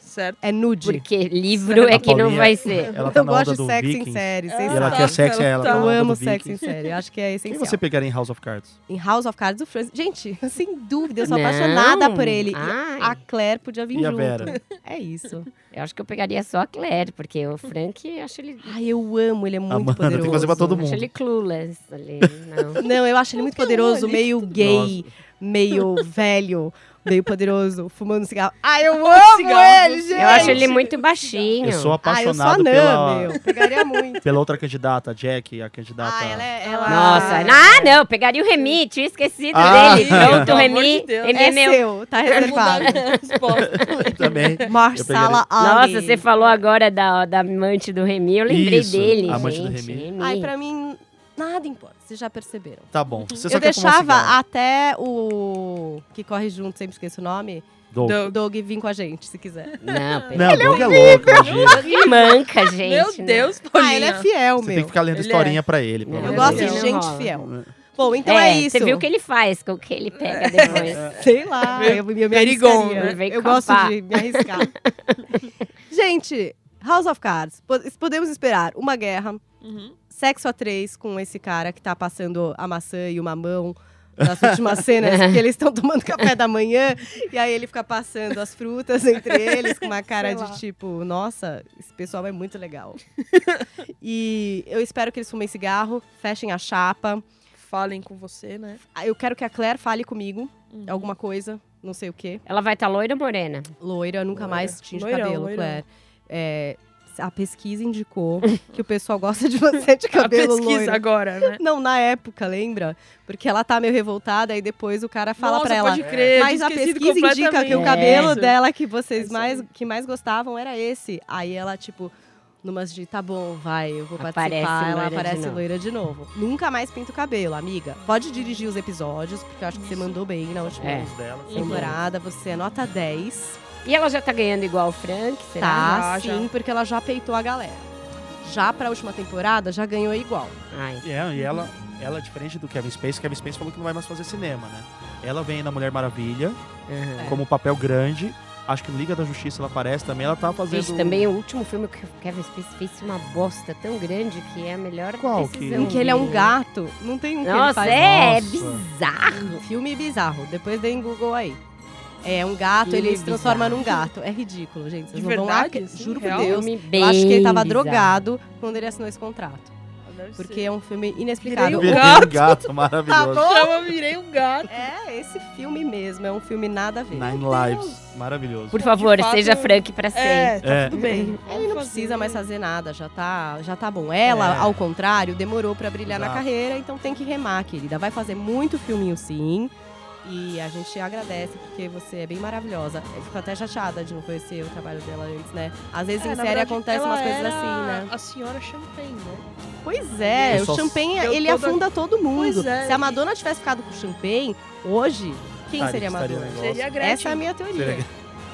Certo.
É nude.
Porque livro é
A
que não
Paulinha-
vai ser.
Ela tá
eu
na onda
gosto de
do
sexo
Vikings.
em série,
E
vocês
E ela
sabem.
quer sexo, é, ela tá na
Eu
onda
amo
do
sexo em
Vikings.
série. Eu acho que é
Quem
essencial.
você pegaria em House of Cards?
Em House of Cards, o Francis... Gente, sem dúvida, eu sou
Não.
apaixonada por ele. E
Ai,
a Claire podia vir
E a
junto.
Vera?
É isso.
Eu acho que eu pegaria só a Claire, porque o Frank, eu acho ele,
Ai, eu amo. Ele é muito
Amanda,
poderoso.
tem que fazer pra todo
acho
mundo.
ele clueless ali. Não.
Não, eu acho ele é muito poderoso, meio gay, meio velho, meio poderoso, fumando cigarro. Ah, eu amo
Cigarro.
ele, gente!
Eu acho ele
Gente,
muito baixinho.
Eu sou
Ah, eu sou a
apaixonado
Nan,
pela,
meu. Pegaria muito.
pela outra candidata, a Jack, a candidata.
Ah, ela é... Ela...
Nossa, ah, não, eu pegaria o Remy, tinha esquecido
Ah.
dele. Pronto, o
Pelo amor
Remy,
de Deus.
Remy
É
é meu.
seu, tá reservado.
Também.
Marsala Ali.
Nossa,
é
você falou agora da, da amante do Remy, eu lembrei
Isso,
dele,
amante do
gente.
Remy.
Ai, pra mim, nada importa, vocês já perceberam.
Tá bom. Você só
Eu
quer fumar
deixava
cigarro.
até o... que corre junto, sempre esqueço o nome.
Doug.
O Doug um vir com a gente, se quiser.
Não, pera.
Não, Doug é louco. Imagina.
Ele manca, gente.
Meu
né?
Deus, Paulina.
Ah, ele é fiel,
Você tem que
meu.
ficar lendo
Ele é.
historinha pra ele. pelo
Eu
amor
Eu
de
gosto de
Deus.
Não
gente
rola.
fiel. Bom, então é, isso.
Você viu o que ele faz com o que ele pega depois.
Sei lá, eu, eu me
Perigon,
arriscaria.
né? Vem
Eu
com a
gosto
pá.
de me arriscar. Gente, House of Cards. Po- Podemos esperar uma guerra,
Uhum.
sexo a três com esse cara que tá passando a maçã e o mamão nas últimas cenas, que eles estão tomando café da manhã, e aí ele fica passando as frutas entre eles, com uma cara
Sei
de
lá.
tipo, nossa, esse pessoal é muito legal. e eu espero que eles fumem cigarro, fechem a chapa.
Falem com você, né?
Ah, Eu quero que a Claire fale comigo
Uhum.
alguma coisa, não sei o quê.
Ela vai estar loira ou morena?
Loira, nunca
Loira.
mais tinge o
Loirão,
cabelo,
loirão.
Claire. É, a pesquisa indicou que o pessoal gosta de você de
A
cabelo
pesquisa
loiro.
agora, né?
Não, na época, lembra? Porque ela tá meio revoltada e depois o cara fala
Nossa,
pra ela.
pode crer,
Mas a
esquecido
pesquisa indica que o
completamente.
cabelo
É.
dela que vocês
isso
mais que mais gostavam era esse. Aí ela tipo numas de tá bom, vai, eu vou
Aparece
participar, ela
loira de
aparece
novo.
loira de novo. Nunca mais pinta o cabelo, amiga. Pode dirigir os episódios, porque eu acho que você mandou bem na última
É.
Delas.
temporada, você é nota 10.
E ela já tá ganhando igual o Frank, será?
Tá,
Já, já.
sim, porque ela já peitou a galera. Já pra última temporada, já ganhou igual.
Ai.
E é, e ela, ela, diferente do Kevin Space, Kevin Space falou que não vai mais fazer cinema, né? Ela vem na Mulher Maravilha,
aham.
É.
como um papel grande. Acho que no Liga da Justiça ela aparece também. Ela tá fazendo.
Gente, também o último filme que o Kevin Spacey fez uma bosta tão grande que é a melhor
Qual que-
decisão.
Em que ele é um
dele.
gato, não tem um que ele
Nossa,
faz
é, é
Nossa.
bizarro.
Filme bizarro. Depois deem Google aí. É um gato,
Filme
ele se transforma
bizarro.
num gato. É ridículo, gente. Vocês
De
não vão lá.
verdade, assim,
Juro
real?
por Deus.
Filme bem
Eu acho que ele tava
bizarro.
drogado quando ele assinou esse contrato.
Ah, Deve
Porque
ser.
é um filme inexplicável.
Virei
Virei
um
um
Ou-
gato,
Tá
maravilhoso.
bom?
Chama, virei um gato.
É, esse filme mesmo. É um filme nada a ver.
Nine Lives, maravilhoso.
Por favor,
De fato,
seja Frank pra sempre.
É, tá
É.
tudo bem.
Ele não
Vamos
precisa
fazer.
mais fazer um- nada, já tá, já tá bom. Ela,
É.
ao contrário, demorou pra brilhar na
Exato.
carreira, então tem que remar, querida. Vai fazer muito filminho sim. E a gente agradece, porque você é bem maravilhosa. Eu fico até chateada de não conhecer o trabalho dela antes, né? Às vezes
É,
em
na
série
verdade,
acontecem
ela
umas coisas
era
assim, né?
A senhora champanhe, né?
Pois é,
Eu
o
só-
champanhe,
eu
ele
toda-
afunda todo mundo.
Pois é,
Se a
e-
Madonna tivesse ficado com o champanhe, hoje, quem seria a
Estaria- estaria
Madonna?
legal. Nossa.
Seria a Gretchen.
Essa é a minha teoria.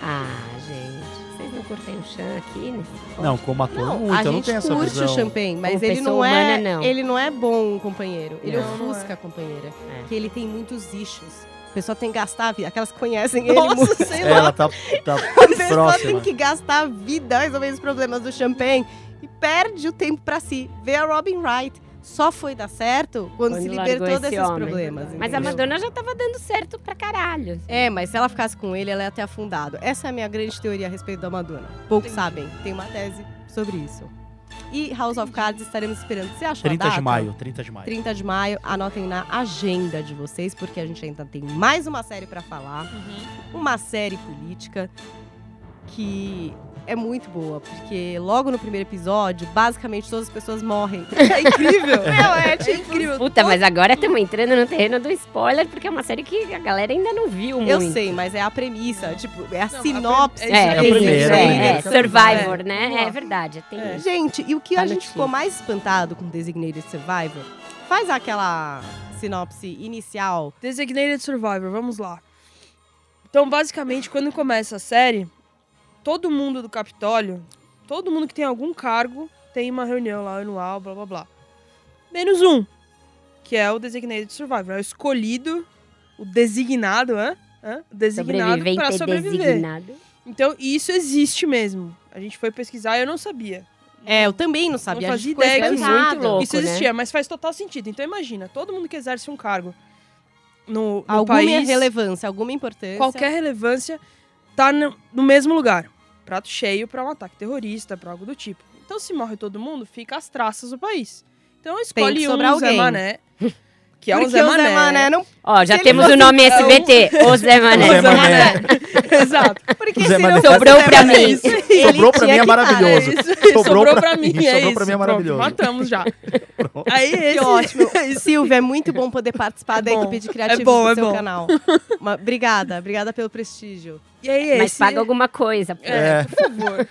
Ah, gente. Vocês não curtem o Chan aqui, né?
Não, como ator,
Não,
muito.
a
então eu
gente
não tenho essa
curte
visão.
o champanhe, mas
Como
ele
pessoa
não, é,
humana, não.
ele não é bom companheiro. Ele
Não,
não
ofusca
é.
a companheira.
É.
Porque ele tem muitos issues. A pessoa tem que gastar a vida. Aquelas que conhecem ele É. muito.
Nossa, sei lá.
Ela tá, tá
A pessoa tem
próxima.
que gastar a vida resolvendo os problemas do champanhe. E perde o tempo pra si. Vê a Robin Wright. Só foi dar certo quando,
Quando
se
largou
libertou
esse
desses
homem.
problemas.
Mas a
entendeu?
Madonna já tava dando certo pra caralho.
É, mas se ela ficasse com ele, ela ia ter afundado. Essa é a minha grande teoria a respeito da Madonna. Poucos
Entendi.
sabem, tem uma tese sobre isso. E House of Cards estaremos esperando. Você achou a
30 de
data?
maio, 30 de maio.
30 de maio, anotem na agenda de vocês, porque a gente ainda tem mais uma série pra falar.
Uhum.
Uma série política que é muito boa, porque logo no primeiro episódio, basicamente todas as pessoas morrem. É incrível! Não, é, tipo, incrível.
Puta, mas agora estamos entrando no terreno do spoiler, porque é uma série que a galera ainda não viu muito.
Eu sei, mas é a premissa, tipo, é a
Não, a
sinopse.
pre-
É,
É a
existe,
primeira,
é,
primeira.
é, Survivor,
É.
né?
Vamos lá.
É verdade, tem
É.
isso.
Gente, e o que
Tá
a
no
gente
Netflix.
ficou mais espantado com Designated Survivor? Faz aquela sinopse inicial.
Designated Survivor, vamos lá. Então, basicamente, quando começa a série, todo mundo do Capitólio, todo mundo que tem algum cargo, tem uma reunião lá anual, blá blá blá. Menos um, que é o Designated Survivor. É o escolhido, o designado, hã? Hã? O Designado
Sobrevivente
para
é
sobreviver.
designado.
Então, isso existe mesmo. A gente foi pesquisar e eu não sabia.
É, eu também não sabia.
Não
a gente
fazia
ficou
ideia que
espantado.
muito louco.
isso é
né?
existia, mas faz total sentido. Então, imagina, todo mundo que exerce um cargo no, no
Alguma
país...
relevância, alguma importância.
qualquer relevância tá no, no mesmo lugar. Prato cheio para um ataque terrorista, para algo do tipo. Então, se morre todo mundo, fica as traças do país. Então, escolhe um
sobrar
Zé
alguém.
Mané, que é
Porque
o Zé Mané.
não...
Ó,
Se
já
ele
temos o
fosse
nome
então-
SBT, o Zé Mané.
é
Zé
né?
Mané.
Exato.
Porque
O Zé
se
Mané
não
faz-
Sobrou pra mim.
Ele
Sobrou pra
tinha que
mim é
estar, né?
maravilhoso.
Sobrou, pra, mim, é
sobrou
isso.
pra mim é
Pronto,
maravilhoso.
matamos já. Aí é esse...
Que ótimo. Silvia, é muito bom poder participar da
bom.
equipe de criativos
É bom,
do
é
seu
bom.
canal. Uma- Obrigada, obrigada pelo prestígio.
E aí é esse...
Mas paga alguma coisa. pô.
É, por favor.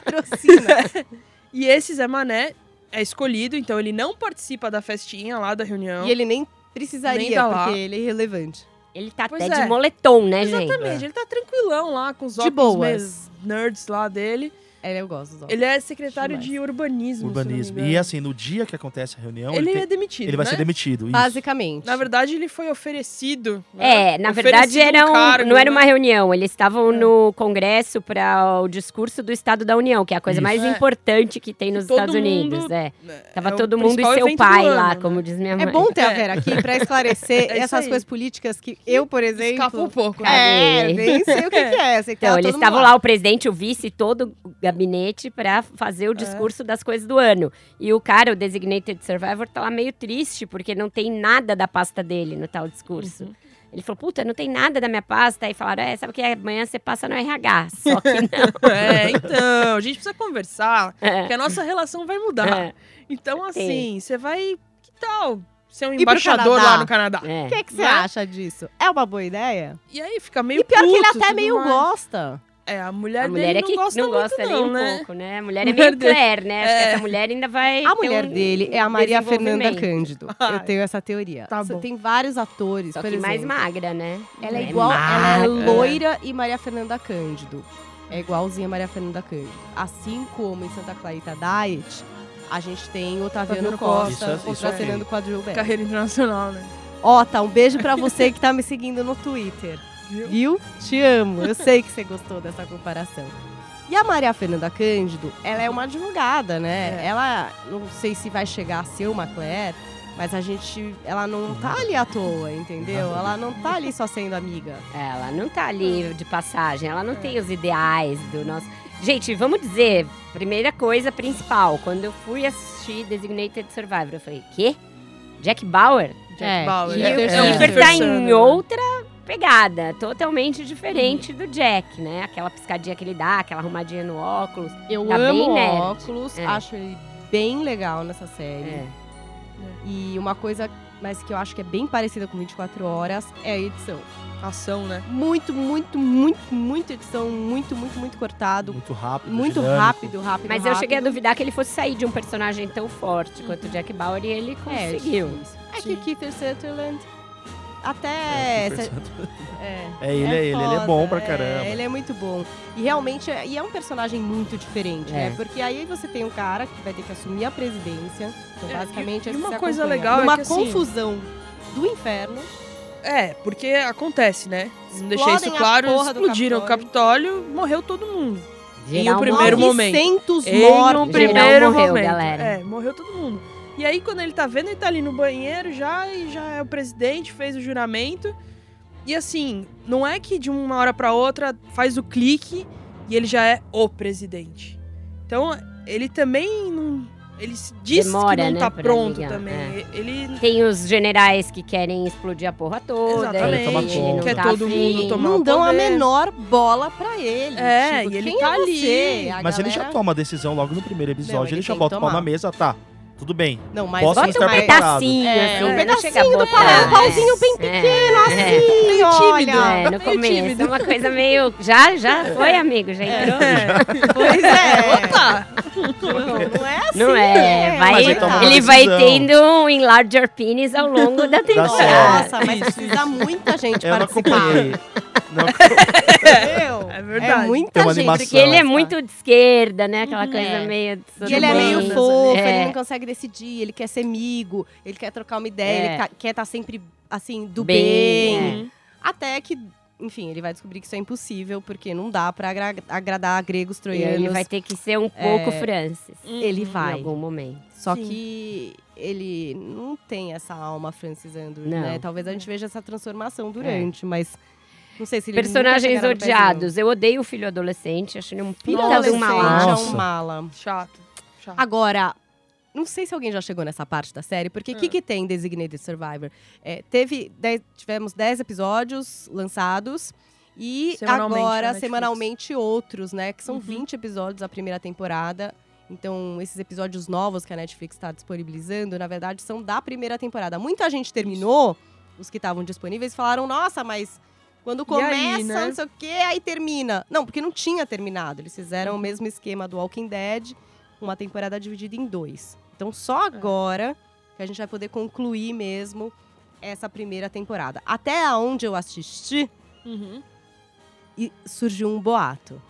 Patrocina.
E esse Zé Mané é escolhido, então ele não participa da festinha lá da reunião.
e ele nem
Nem
precisaria,
tá lá.
porque ele é irrelevante.
Ele tá
Pois
até
é.
de moletom, né,
É.
gente?
Exatamente, ele tá tranquilão lá com os
De
óculos
boas.
meio nerds lá dele.
É, eu gosto dos óculos.
Ele é secretário
Demais.
de urbanismo.
Urbanismo. E assim, no dia que acontece a reunião, ele,
ele
tem-
é demitido.
ele vai
né?
ser demitido. isso.
Basicamente.
Na verdade, ele foi oferecido. né?
É, na
Oferecido
verdade era
um
um-
cargo,
não era
né?
uma reunião, eles estavam
É.
no Congresso para o discurso do Estado da União, que é a coisa
Isso.
mais
É.
importante que tem nos
todo
Estados
mundo-
Unidos, é.
É,
Tava
é o
todo mundo e
principal
seu
evento do
pai
ano,
lá,
né?
como diz minha
É
mãe.
bom ter a
É.
Vera aqui pra esclarecer
É isso
essas
aí.
coisas políticas que eu, por
Escapa um
exemplo.
pouco, né?
É, nem sei o que, que é. Sei que
Então,
tá
eles
todo mundo
estavam lá, o presidente, o vice, todo o gabinete para fazer o discurso das coisas do ano. E o cara, o designated survivor, tá lá meio triste, porque não tem nada da pasta dele no tal discurso. Ele falou, puta, não tem nada da minha pasta. Aí falaram, é, sabe o que? é? Amanhã você passa no RH. Só que não.
É, então, a gente precisa conversar, porque a nossa relação vai mudar.
É.
Então, assim, você vai. Que tal ser um
pro
embaixador
Canadá?
lá no Canadá?
O
É.
que, é que você
Né?
acha disso? É uma boa ideia?
E aí fica meio.
e pior que ele é
puto,
até
tudo
meio
mais.
gosta.
É, a mulher,
a mulher
dele
é que
não gosta muito
nem
não,
um
né?
pouco, né? A mulher é
Mulher
meio
dele-
Claire, né? Acho que
É.
essa mulher ainda vai.
A
ter
mulher
um
dele é a Maria Fernanda
desenvolvimento.
Cândido. Eu
Ai.
tenho essa teoria.
Tá
Você
bom.
Tem vários atores,
Só
por
que mais
exemplo.
magra, né?
Ela é igual, ela é loira e Maria Fernanda Cândido. É igualzinha a Maria Fernanda Cândido. Assim como em Santa Clarita Diet, a gente tem Otaviano
Otaviano
Costa.
Costa
Isso é- isso é
contracenando com a Drew Barrymore.
Carreira internacional, né?
Ota, um beijo pra você que tá me seguindo no Twitter.
Viu?
Viu? Te amo. Eu sei que você gostou dessa comparação. E a Maria Fernanda Cândido, ela é uma advogada, né? Ela, não sei se vai chegar a ser uma Claire, mas a gente, ela não tá ali à toa, entendeu? Ela não tá ali só sendo amiga.
Ela não tá ali de passagem, ela não tem os ideais do nosso. Gente, vamos dizer, primeira coisa principal, quando eu fui assistir Designated Survivor, eu falei, quê? Jack Bauer?
Jack
É,
Bauer.
e
E
o
o
Kiefer
Kiefer tá
Sutherland,
em
né?
outra pegada, totalmente diferente do Jack, né? Aquela piscadinha que ele dá, aquela arrumadinha no óculos.
Eu
Tá bem
amo o
nerd.
óculos,
É.
acho ele bem legal nessa série.
É.
E uma coisa, mas que eu acho que é bem parecida com 24 horas, é a edição.
Ação, né?
Muito, muito, muito, muito edição, muito, muito, muito cortado.
Muito rápido.
Muito
dinâmico.
rápido, rápido.
Mas eu
rápido.
cheguei a duvidar que ele fosse sair de um personagem tão forte quanto o Jack Bauer e ele
É,
conseguiu.
difícil. É que
Sim.
o Kiefer Sutherland
É,
até.
super
essa-
santo.
é,
É ele, é, ele. Ele é
foda,
bom pra
é,
caramba.
ele é muito bom. E realmente é, e é um personagem muito diferente,
É.
né? Porque aí você tem um cara que vai ter que assumir a presidência. Então,
É,
basicamente,
e- e
é
uma
se
coisa
acompanhar.
legal é
Uma
que, assim,
confusão do inferno.
É, porque acontece, né? Não deixei
Explodem
isso
a
claro,
porra do
explodiram o Capitólio, morreu todo mundo.
Geral
o primeiro
morreu.
900
Em um
mortos.
Geral
primeiro
morreu,
momento.
galera.
É, morreu todo mundo. E aí, quando ele tá vendo, ele tá ali no banheiro já, e já é o presidente, fez o juramento. E assim, não é que de uma hora pra outra faz o clique e ele já é o presidente. Então, ele também não. Ele se diz que
Demora,
não
né,
tá
pra
pronto
ligar,
também.
é.
Ele. tá
Tem os generais que querem explodir a porra toda.
Exatamente.
e ele
Toma
não
conta.
tá
Quer todo
afim.
mundo tomar
Não
o
dão a
poder.
menor bola pra ele.
É,
tipo,
e ele
quem
tá
é você?
ali.
A
Mas ele já
galera-
toma a decisão logo no primeiro episódio.
Não,
ele,
ele
já
tem
bota
que
o pau na
tomar.
mesa, tá. Tudo bem.
Não, mas
Bota
isso
um
Bota um
mas-
pedaço,
pedacinho,
É,
assim,
um
né? Não
pedacinho
chega a
do
botar.
pau, um pauzinho bem tá
pequeno,
Sim, olha. É.
É, no
meio
começo,
É. tímido.
é uma coisa meio... Já, já foi, amigo, já entrou.
Pois é.
Tá,
Não, não é assim.
Não é,
né?
vai,
Mas ele toma uma
ele vai
decisão.
tendo um enlarger penis ao longo da temporada.
Nossa, mas precisa muita gente
É Eu não
participar.
acompanhei. Não
Meu,
É verdade.
É
Tem
muita
uma
gente.
animação.
Porque ele é
Nossa.
muito de esquerda, né? Aquela
Uhum,
coisa
é.
meio... de
E ele é meio
sodomista.
fofo,
É.
ele não consegue decidir, ele quer ser amigo, ele quer trocar uma ideia,
É.
ele tá- quer estar sempre, assim, do
Bem,
bem.
é.
Até que, enfim, ele vai descobrir que isso é impossível, porque não dá pra agra- agradar gregos,
E
troianos.
ele vai ter que ser um pouco Francis.
É. Ele
Em
vai.
algum momento.
Só
Sim.
que ele não tem essa alma Francis Andrew,
Não. É.
né? Talvez a gente veja essa transformação durante, mas não sei se ele nunca
Personagens
chegará no pezinho.
odiados. Eu odeio o filho adolescente, acho ele um
Filho
puta de
adolescente
um malandro.
é
Nossa.
um mala.
Chato. Chato.
Agora, não sei se alguém já chegou nessa parte da série, porque o
É.
que, que tem em Designated Survivor? É, teve dez- tivemos 10 episódios lançados e
Semanalmente na
agora
Netflix.
semanalmente outros, né? Que são
Uhum.
20 episódios da primeira temporada. Então, esses episódios novos que a Netflix está disponibilizando, na verdade, são da primeira temporada. Muita gente terminou, os que estavam disponíveis, falaram: nossa, mas quando
E aí,
começa,
né?
não sei o quê, aí termina. Não, porque não tinha terminado. Eles fizeram o mesmo esquema do Walking Dead, uma temporada dividida em dois. Então,
É.
só agora que a gente vai poder concluir mesmo essa primeira temporada. Até onde eu assisti,
Uhum.
e surgiu um boato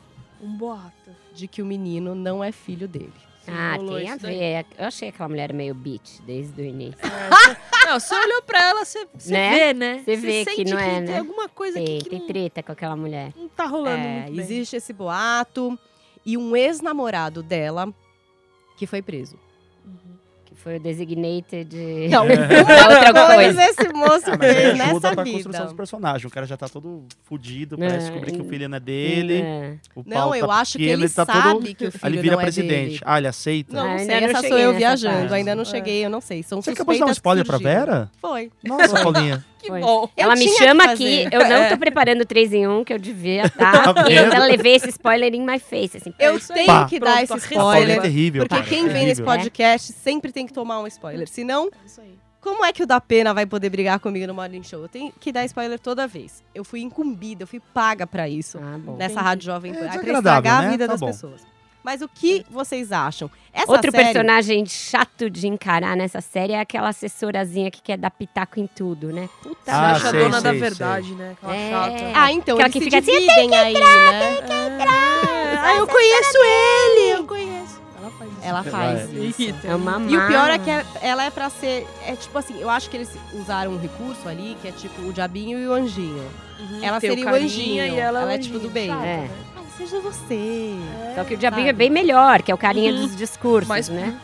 Um boato.
de que o menino não é filho dele.
Ah,
Rolou
tem a
isso daí.
né?
ver. Eu achei aquela mulher meio bitch desde o início.
É, Não, você olhou pra ela, você você
Né?
vê, né?
Você vê que
sente
não é,
tem
né?
alguma coisa
Tem,
aqui que
tem
não,
treta com aquela mulher.
não tá rolando
É,
muito bem.
existe esse boato e um ex-namorado dela que foi preso.
Que foi o designated.
Não, é
outra
outra
coisa.
coisa esse moço
Ah, mas aí
fez
ajuda
nessa
pra construção
vida.
dos personagens. O cara já tá todo fudido pra
É.
descobrir que o filho não é dele.
É.
O pau
Não, eu
tá
acho que
pequeno,
ele
tá todo-
sabe que o filho
Aí ele vira
não é
presidente.
dele.
Ah, ele aceita?
Não,
Ah,
não
ainda
sei,
não
essa sou
cheguei
eu
nessa É.
viajando,
parte.
ainda não cheguei, eu não sei. São
Você acabou de dar um
suspeitas que
spoiler pra
surgiram.
Vera?
Foi.
Nossa, Paulinha.
Que
Foi.
bom.
Eu
Ela me
tinha que
chama
fazer. É.
aqui, eu não tô preparando 3 em 1, que eu devia estar.
Tá
e eu
vendo?
já levei esse spoiler in my face, assim.
Eu
isso aí.
tenho
Pá.
que
Pronto,
dar esse
a
A Paulinha é
spoiler.
terrível.
Porque
cara,
quem vem nesse
terrível.
podcast sempre tem que tomar um spoiler. Senão,
É isso aí.
Como é que o da Pena vai poder brigar comigo no Morning Show? Eu tenho que dar spoiler toda vez. Eu fui incumbida, eu fui paga pra isso.
Ah, bom.
nessa
Entendi.
rádio jovem Pan.
É
Aí pra
desagradável,
estragar
né?
a vida
Tá
das
bom.
pessoas. Mas o que vocês acham? Essa
Outro
série,
personagem chato de encarar nessa série é aquela assessorazinha que quer dar pitaco em tudo, né? Puta
é
Ah,
merda.
acha a
sei,
dona da
sei,
verdade, né? Aquela
É.
chata.
Ah, então,
Aquela
eles
que
se
fica assim, "Eu
dividem aí, né? Ah, eu conheço ele! Eu conheço.
Ela faz isso.
Ela faz
Me
isso.
irrita.
É uma
E o pior
má.
é que é- ela é pra ser. É tipo assim, eu acho que eles usaram um recurso ali que é tipo o diabinho e o anjinho.
Uhum,
Ela
tem o
seria o
carinha
anjinho.
e ela,
Ela é,
o
tipo,
anjinho.
do bem.
Chato,
É.
né?
Ah, seja você.
Só que o diabinho é
sabe? Uhum.
bem melhor, que é o carinha dos discursos,
Mas-
né?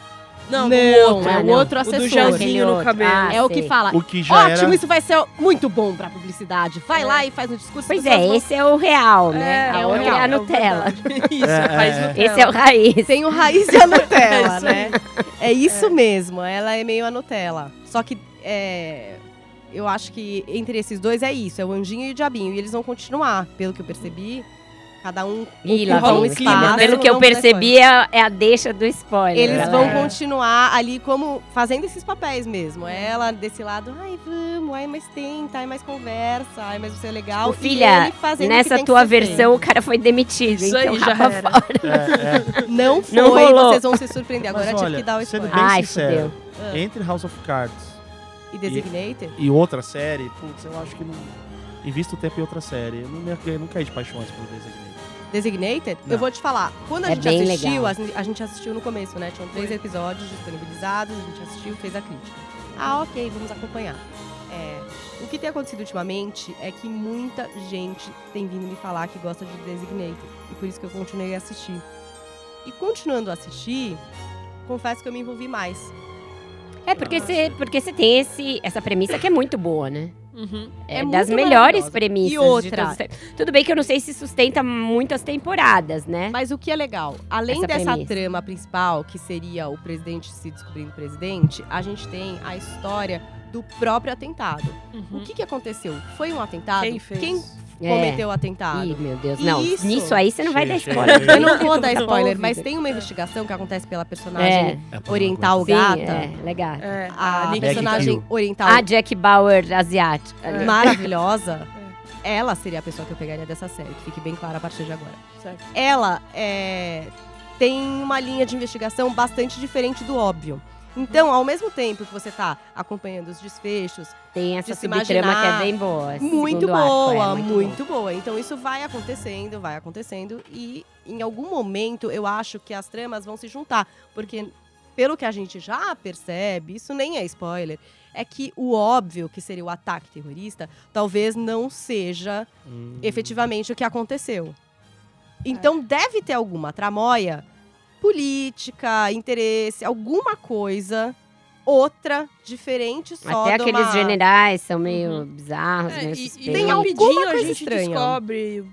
Não,
Não,
o outro.
é o outro
O do
assessor.
Aquele
gelzinho no
outro.
cabelo.
Ah,
É o que
sei.
fala.
O que já
Ótimo,
era...
isso vai ser muito bom pra publicidade. Vai lá e faz um discurso.
Né? Pois
pessoas
é,
vão-
esse é o real, né?
É,
a
é o
outra é a
real,
é o
Nutella.
Isso,
É,
faz
é, é.
Nutella.
esse é o raiz.
Tem o raiz e a Nutella,
É isso
né? É isso mesmo, ela é meio a Nutella. Só que é, eu acho que entre esses dois é isso, é o anjinho e o diabinho. E eles vão continuar, pelo que eu percebi. Cada um
Ih, lá
ocupa
vem
um
o clima. né?
espaço,
Pelo que eu
não vai
percebi, né? é a, é a deixa do spoiler. É.
Eles
galera.
vão continuar ali como fazendo esses papéis mesmo.
É.
Ela desse lado, ai, vamos, ai, mas tenta, ai, mais conversa, ai, mas você é legal.
Ô,
E
Tipo, filha,
ele fazendo o que
Nessa
tem que
tua
ser feito.
versão, o cara foi demitido.
Isso
então,
aí, já
rapa
era.
fora.
É, é.
Não foi,
Não rolou.
vocês vão se surpreender. Agora
Mas
tive
olha,
que dar o
sendo
spoiler. Ah.
bem
Ai,
sincero, entre House of Cards
E Designated?
e outra série, putz, eu acho que não. E visto o tempo em outra série, eu não, me, eu não caí de paixões pelo Designated.
Designated?
Não.
Eu vou te falar. Quando a
É
gente
bem
assistiu,
legal.
a gente- a gente assistiu no começo, né? Tinham três episódios disponibilizados, a gente assistiu, fez a crítica. Ah, ok, vamos acompanhar. É, o que tem acontecido ultimamente é que muita gente tem vindo me falar que gosta de Designated. E por isso que eu continuei a assistir. E continuando a assistir, confesso que eu me envolvi mais.
É porque você porque você tem esse, essa premissa que é muito boa, né?
Uhum.
É,
É
das
muito
melhores
maravilhosa.
premissas.
E
de
outra?
todos os tempos. Tudo bem que eu não sei se sustenta muitas temporadas, né?
Mas o que é legal, além
Essa
dessa
premissa.
trama principal, que seria o presidente se descobrindo presidente, a gente tem a história do próprio atentado.
uhum.
O que, que aconteceu? Foi um atentado?
Hum. Quem fez?
cometeu o
É.
atentado?
Ih, meu Deus, não.
Isso.
Nisso aí você não vai dar
Chega,
spoiler.
chega.
Eu não vou dar spoiler,
Não,
mas
vida.
tem uma investigação que acontece pela personagem
né? É,
oriental
sim,
gata.
é, Ah, legal.
É,
A
Nick
personagem
Fury.
oriental
A Jack Bauer asiática.
É.
maravilhosa, ela seria a pessoa que eu pegaria dessa série, que fique bem claro a partir de agora.
Certo.
Ela é, tem uma linha de investigação bastante diferente do óbvio. Então, ao mesmo tempo que você tá acompanhando os desfechos,
Tem essa
De se
subtrama que
imaginar.
é bem boa. esse
muito
segundo arco,
boa,
é,
muito,
boa.
boa. Então isso vai acontecendo, vai acontecendo e em algum momento eu acho que as tramas vão se juntar, porque pelo que a gente já percebe, isso nem é spoiler, é que o óbvio que seria o ataque terrorista talvez não seja
Hum.
efetivamente o que
É.
aconteceu. Então deve ter alguma tramóia política, interesse, alguma coisa outra diferente só
Até
de
aqueles
uma- Uhum.
generais são meio bizarros,
É,
meio
e, e
suspeitos.
Tem um
tem
alguma
rapidinho a
coisa
gente
estranha.
descobre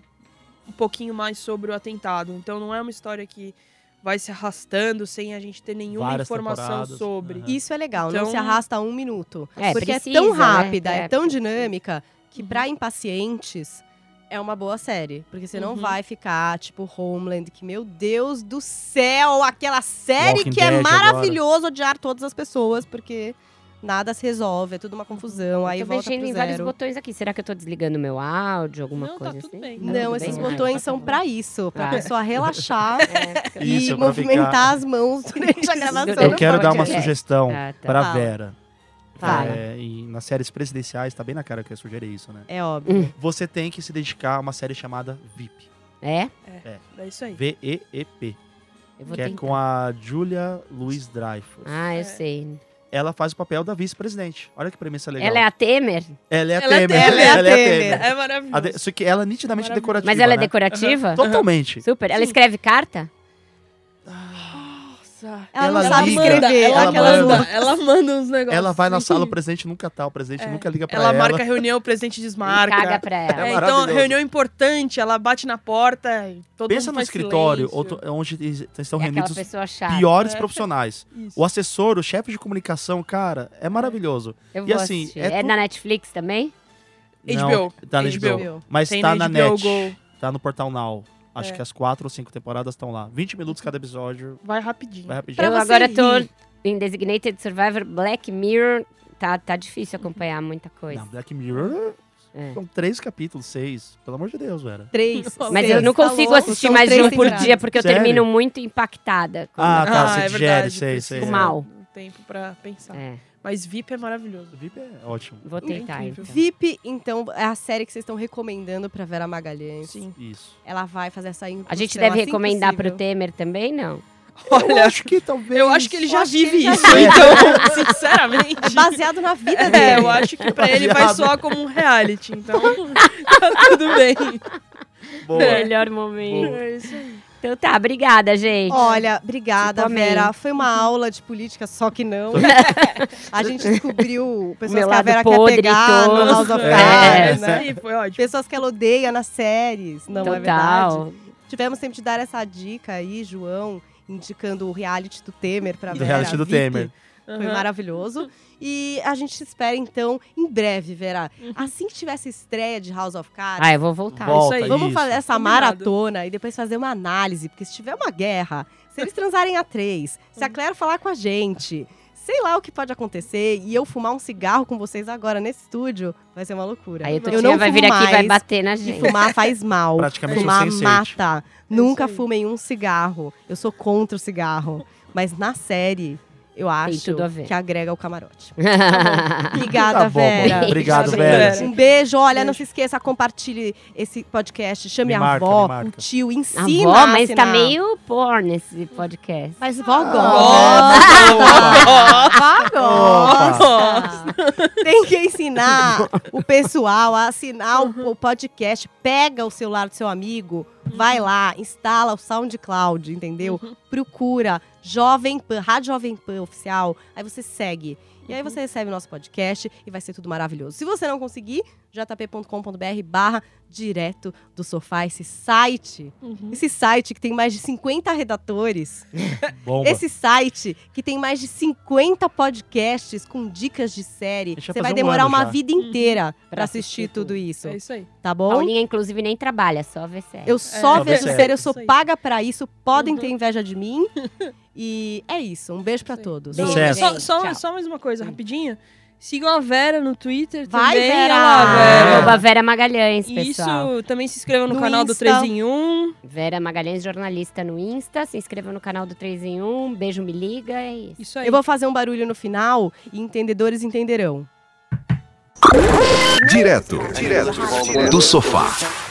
um pouquinho mais sobre o atentado. Então não é uma história que vai se arrastando sem a gente ter nenhuma
Várias
informação
temporadas,
sobre.
aham.
Isso é legal, não
Então-
se arrasta um minuto.
É,
porque
precisa,
é tão
né?
rápida, é,
É,
tão
precisa.
dinâmica, que pra
Uhum.
impacientes é uma boa série. Porque você não
Uhum.
vai ficar, tipo, Homeland, que, meu Deus do céu, aquela série
Walking
que é
Dead
maravilhoso odiar todas as pessoas, porque nada se resolve, é tudo uma confusão, aí
eu tô
volta
mexendo
pro
em vários
zero.
botões aqui. Será que eu tô desligando meu áudio, alguma
Não, tá
coisa
tudo
assim?
bem.
Tá tudo
Não, esses
bem? Ah,
botões
tá
são
bom.
pra isso, pra
Ah.
pessoa relaxar e
É,
Isso, pra
movimentar
ficar-
as mãos durante a gravação. É,
Eu
Eu
do
quero dar uma
podcast.
sugestão
tá, tá.
pra
Fala.
Vera.
Fala.
É, e nas séries presidenciais, tá bem na cara que eu sugeri isso, né?
É óbvio.
Você tem que se dedicar a uma série chamada VIP.
É?
É isso aí.
V-E-E-P.
Eu vou
Que é
tentar.
com a Julia Louis Dreyfus.
Ah,
É.
eu sei.
Ela faz o papel da vice-presidente. Olha que premissa legal.
Ela é a Temer?
Ela é a
Ela é
Temer.
Temer. Ela é a Temer.
É
A
maravilhoso.
de- Só que ela é nitidamente
Maravilhoso.
decorativa.
Mas ela é
né?
decorativa?
Totalmente.
Super. Ela
Sim.
escreve carta?
Nossa.
Ela,
Ela
não sabe
liga,
um
escrever.
Ela,
ela
aquelas
manda.
manda, ela manda uns negócios.
Ela vai na
assim.
sala, o presidente nunca tá, o presidente nunca liga pra
Ela,
ela.
marca reunião, o presidente desmarca.
E caga pra ela.
É
É, então,
maravilhoso.
reunião importante, ela bate na porta e todo mundo
Pensa no
faz
escritório
silêncio.
outro- onde eles estão
É aquela
reunidos os
pessoa chata.
piores profissionais.
Isso.
O assessor, o chefe de comunicação, cara, é maravilhoso.
Eu
E
vou
assim,
assistir.
é
É,
tu-
na Netflix também?
Não,
HBO.
tá na
HBO.
HBO. Mas
Tem
tá
no
na
HBO
net.
Go.
Tá no Portal Now. Acho
É.
que as quatro ou cinco temporadas estão lá. 20 minutos cada episódio.
Vai rapidinho.
Vai rapidinho.
Pra
eu
você
agora tô
rir.
em Designated Survivor Black Mirror tá, tá difícil acompanhar muita coisa.
Não, Black Mirror
É.
são três capítulos, seis. Pelo amor de Deus, velho.
Três.
Mas
seis,
eu não
tá
consigo
louco,
assistir
são
mais de
três
um por
temporadas.
dia, porque eu
Sério?
termino muito impactada. com-
Ah, tá,
Ah,
se
é
digere,
verdade,
sei,
precisa
sei. sei.
Fico mal.
Tempo pra pensar.
É,
Mas VIP é maravilhoso.
O VIP é ótimo.
vou tentar.
incrível.
então.
VIP, então, é a série que vocês estão recomendando pra Vera Magalhães.
Sim.
Isso.
Ela vai fazer essa Assim
A gente deve recomendar
para
pro Temer também, não?
eu
Olha,
acho que talvez.
eu acho que ele já
acho que
vive
ele já
isso, então, sinceramente.
É baseado na vida dele.
É, eu acho que pra ele vai
Baseado.
soar como um reality, então tá tudo bem.
Boa.
Melhor momento.
É isso aí.
Então tá, obrigada, gente.
Olha, obrigada,
Tipo, amei.
Vera. Foi uma aula de política, só que não. a gente descobriu pessoas
Meu
que a
lado
Vera
podre
quer
e
pegar no
tosco.
House of
É,
Cards,
isso
né?
aí, foi ótimo.
Pessoas que ela odeia nas séries, não é verdade?
Total.
Tivemos sempre de dar essa dica aí, João, indicando o reality do Temer
é
pra
Do
Vera.
reality do
VIP.
Temer.
Foi maravilhoso. E a gente te espera, então, em breve, Vera. Assim que tiver essa estreia de House of Cards,
Ah, eu vou voltar.
Volta,
isso aí.
Vamos
isso.
fazer essa
Combinado.
maratona e depois fazer uma análise, porque se tiver uma guerra, se eles transarem a três, se a Claire falar com a gente, sei lá o que pode acontecer, e eu fumar um cigarro com vocês agora nesse estúdio, vai ser uma loucura.
Aí o
eu
Totinha
não
vai
fumo
vir aqui e vai
mais,
bater na
E
gente.
fumar faz mal.
Praticamente um
fumar
sensei.
mata. Nunca
isso aí.
fumem um cigarro. Eu sou contra o cigarro. Mas na série, eu acho
tudo a ver.
que agrega o camarote.
Tá
Obrigada,
bom,
Vera.
bom. Obrigado,
Obrigada,
Vera.
Vera.
Um beijo, olha,
Beijo.
não se esqueça, compartilhe esse podcast, chame
Me marca,
a avó,
me marca.
o tio,
A
ensina.
avó,
a
mas tá
assinar.
meio porn esse podcast.
Mas vó
Opa.
gosta. Vó
Opa.
gosta. Tem que ensinar o pessoal a assinar o- o podcast. Pega o celular do seu amigo, vai lá, instala o SoundCloud, entendeu? Procura Jovem Pan, Rádio Jovem Pan Oficial, aí você segue. E aí você recebe o nosso podcast e vai ser tudo maravilhoso. Se você não conseguir, jp.com.br barra direto do sofá, esse site.
Uhum.
Esse site que tem mais de 50 redatores.
Bomba.
Esse site que tem mais de 50 podcasts com dicas de série.
Deixa eu
Você
fazer
vai
um
demorar
ano
uma
já.
vida inteira pra
Pra
assistir
assistir
tudo isso,
É isso aí.
tá bom?
Paulinha, inclusive, nem trabalha, só vê série.
Eu só
Só vê
vejo
série.
série, eu sou
Isso aí.
paga pra isso. Podem ter inveja de mim. E é isso. Um beijo pra
Isso aí.
todos.
Beijo,
Sucesso.
Só, só,
Tchau.
só mais uma coisa, rapidinha. Sigam a Vera no Twitter
Vai,
também.
Vera!
olha lá, Vera.
Arroba Vera Magalhães,
E Ah. Isso,
pessoal.
também se inscreva no,
No
canal do
Insta.
3 em 1.
Vera Magalhães, jornalista no Insta. Se inscreva no canal do 3 em 1. Beijo, me liga. É isso.
Isso aí.
Eu vou fazer um barulho no final e entendedores entenderão.
Direto, direto do sofá.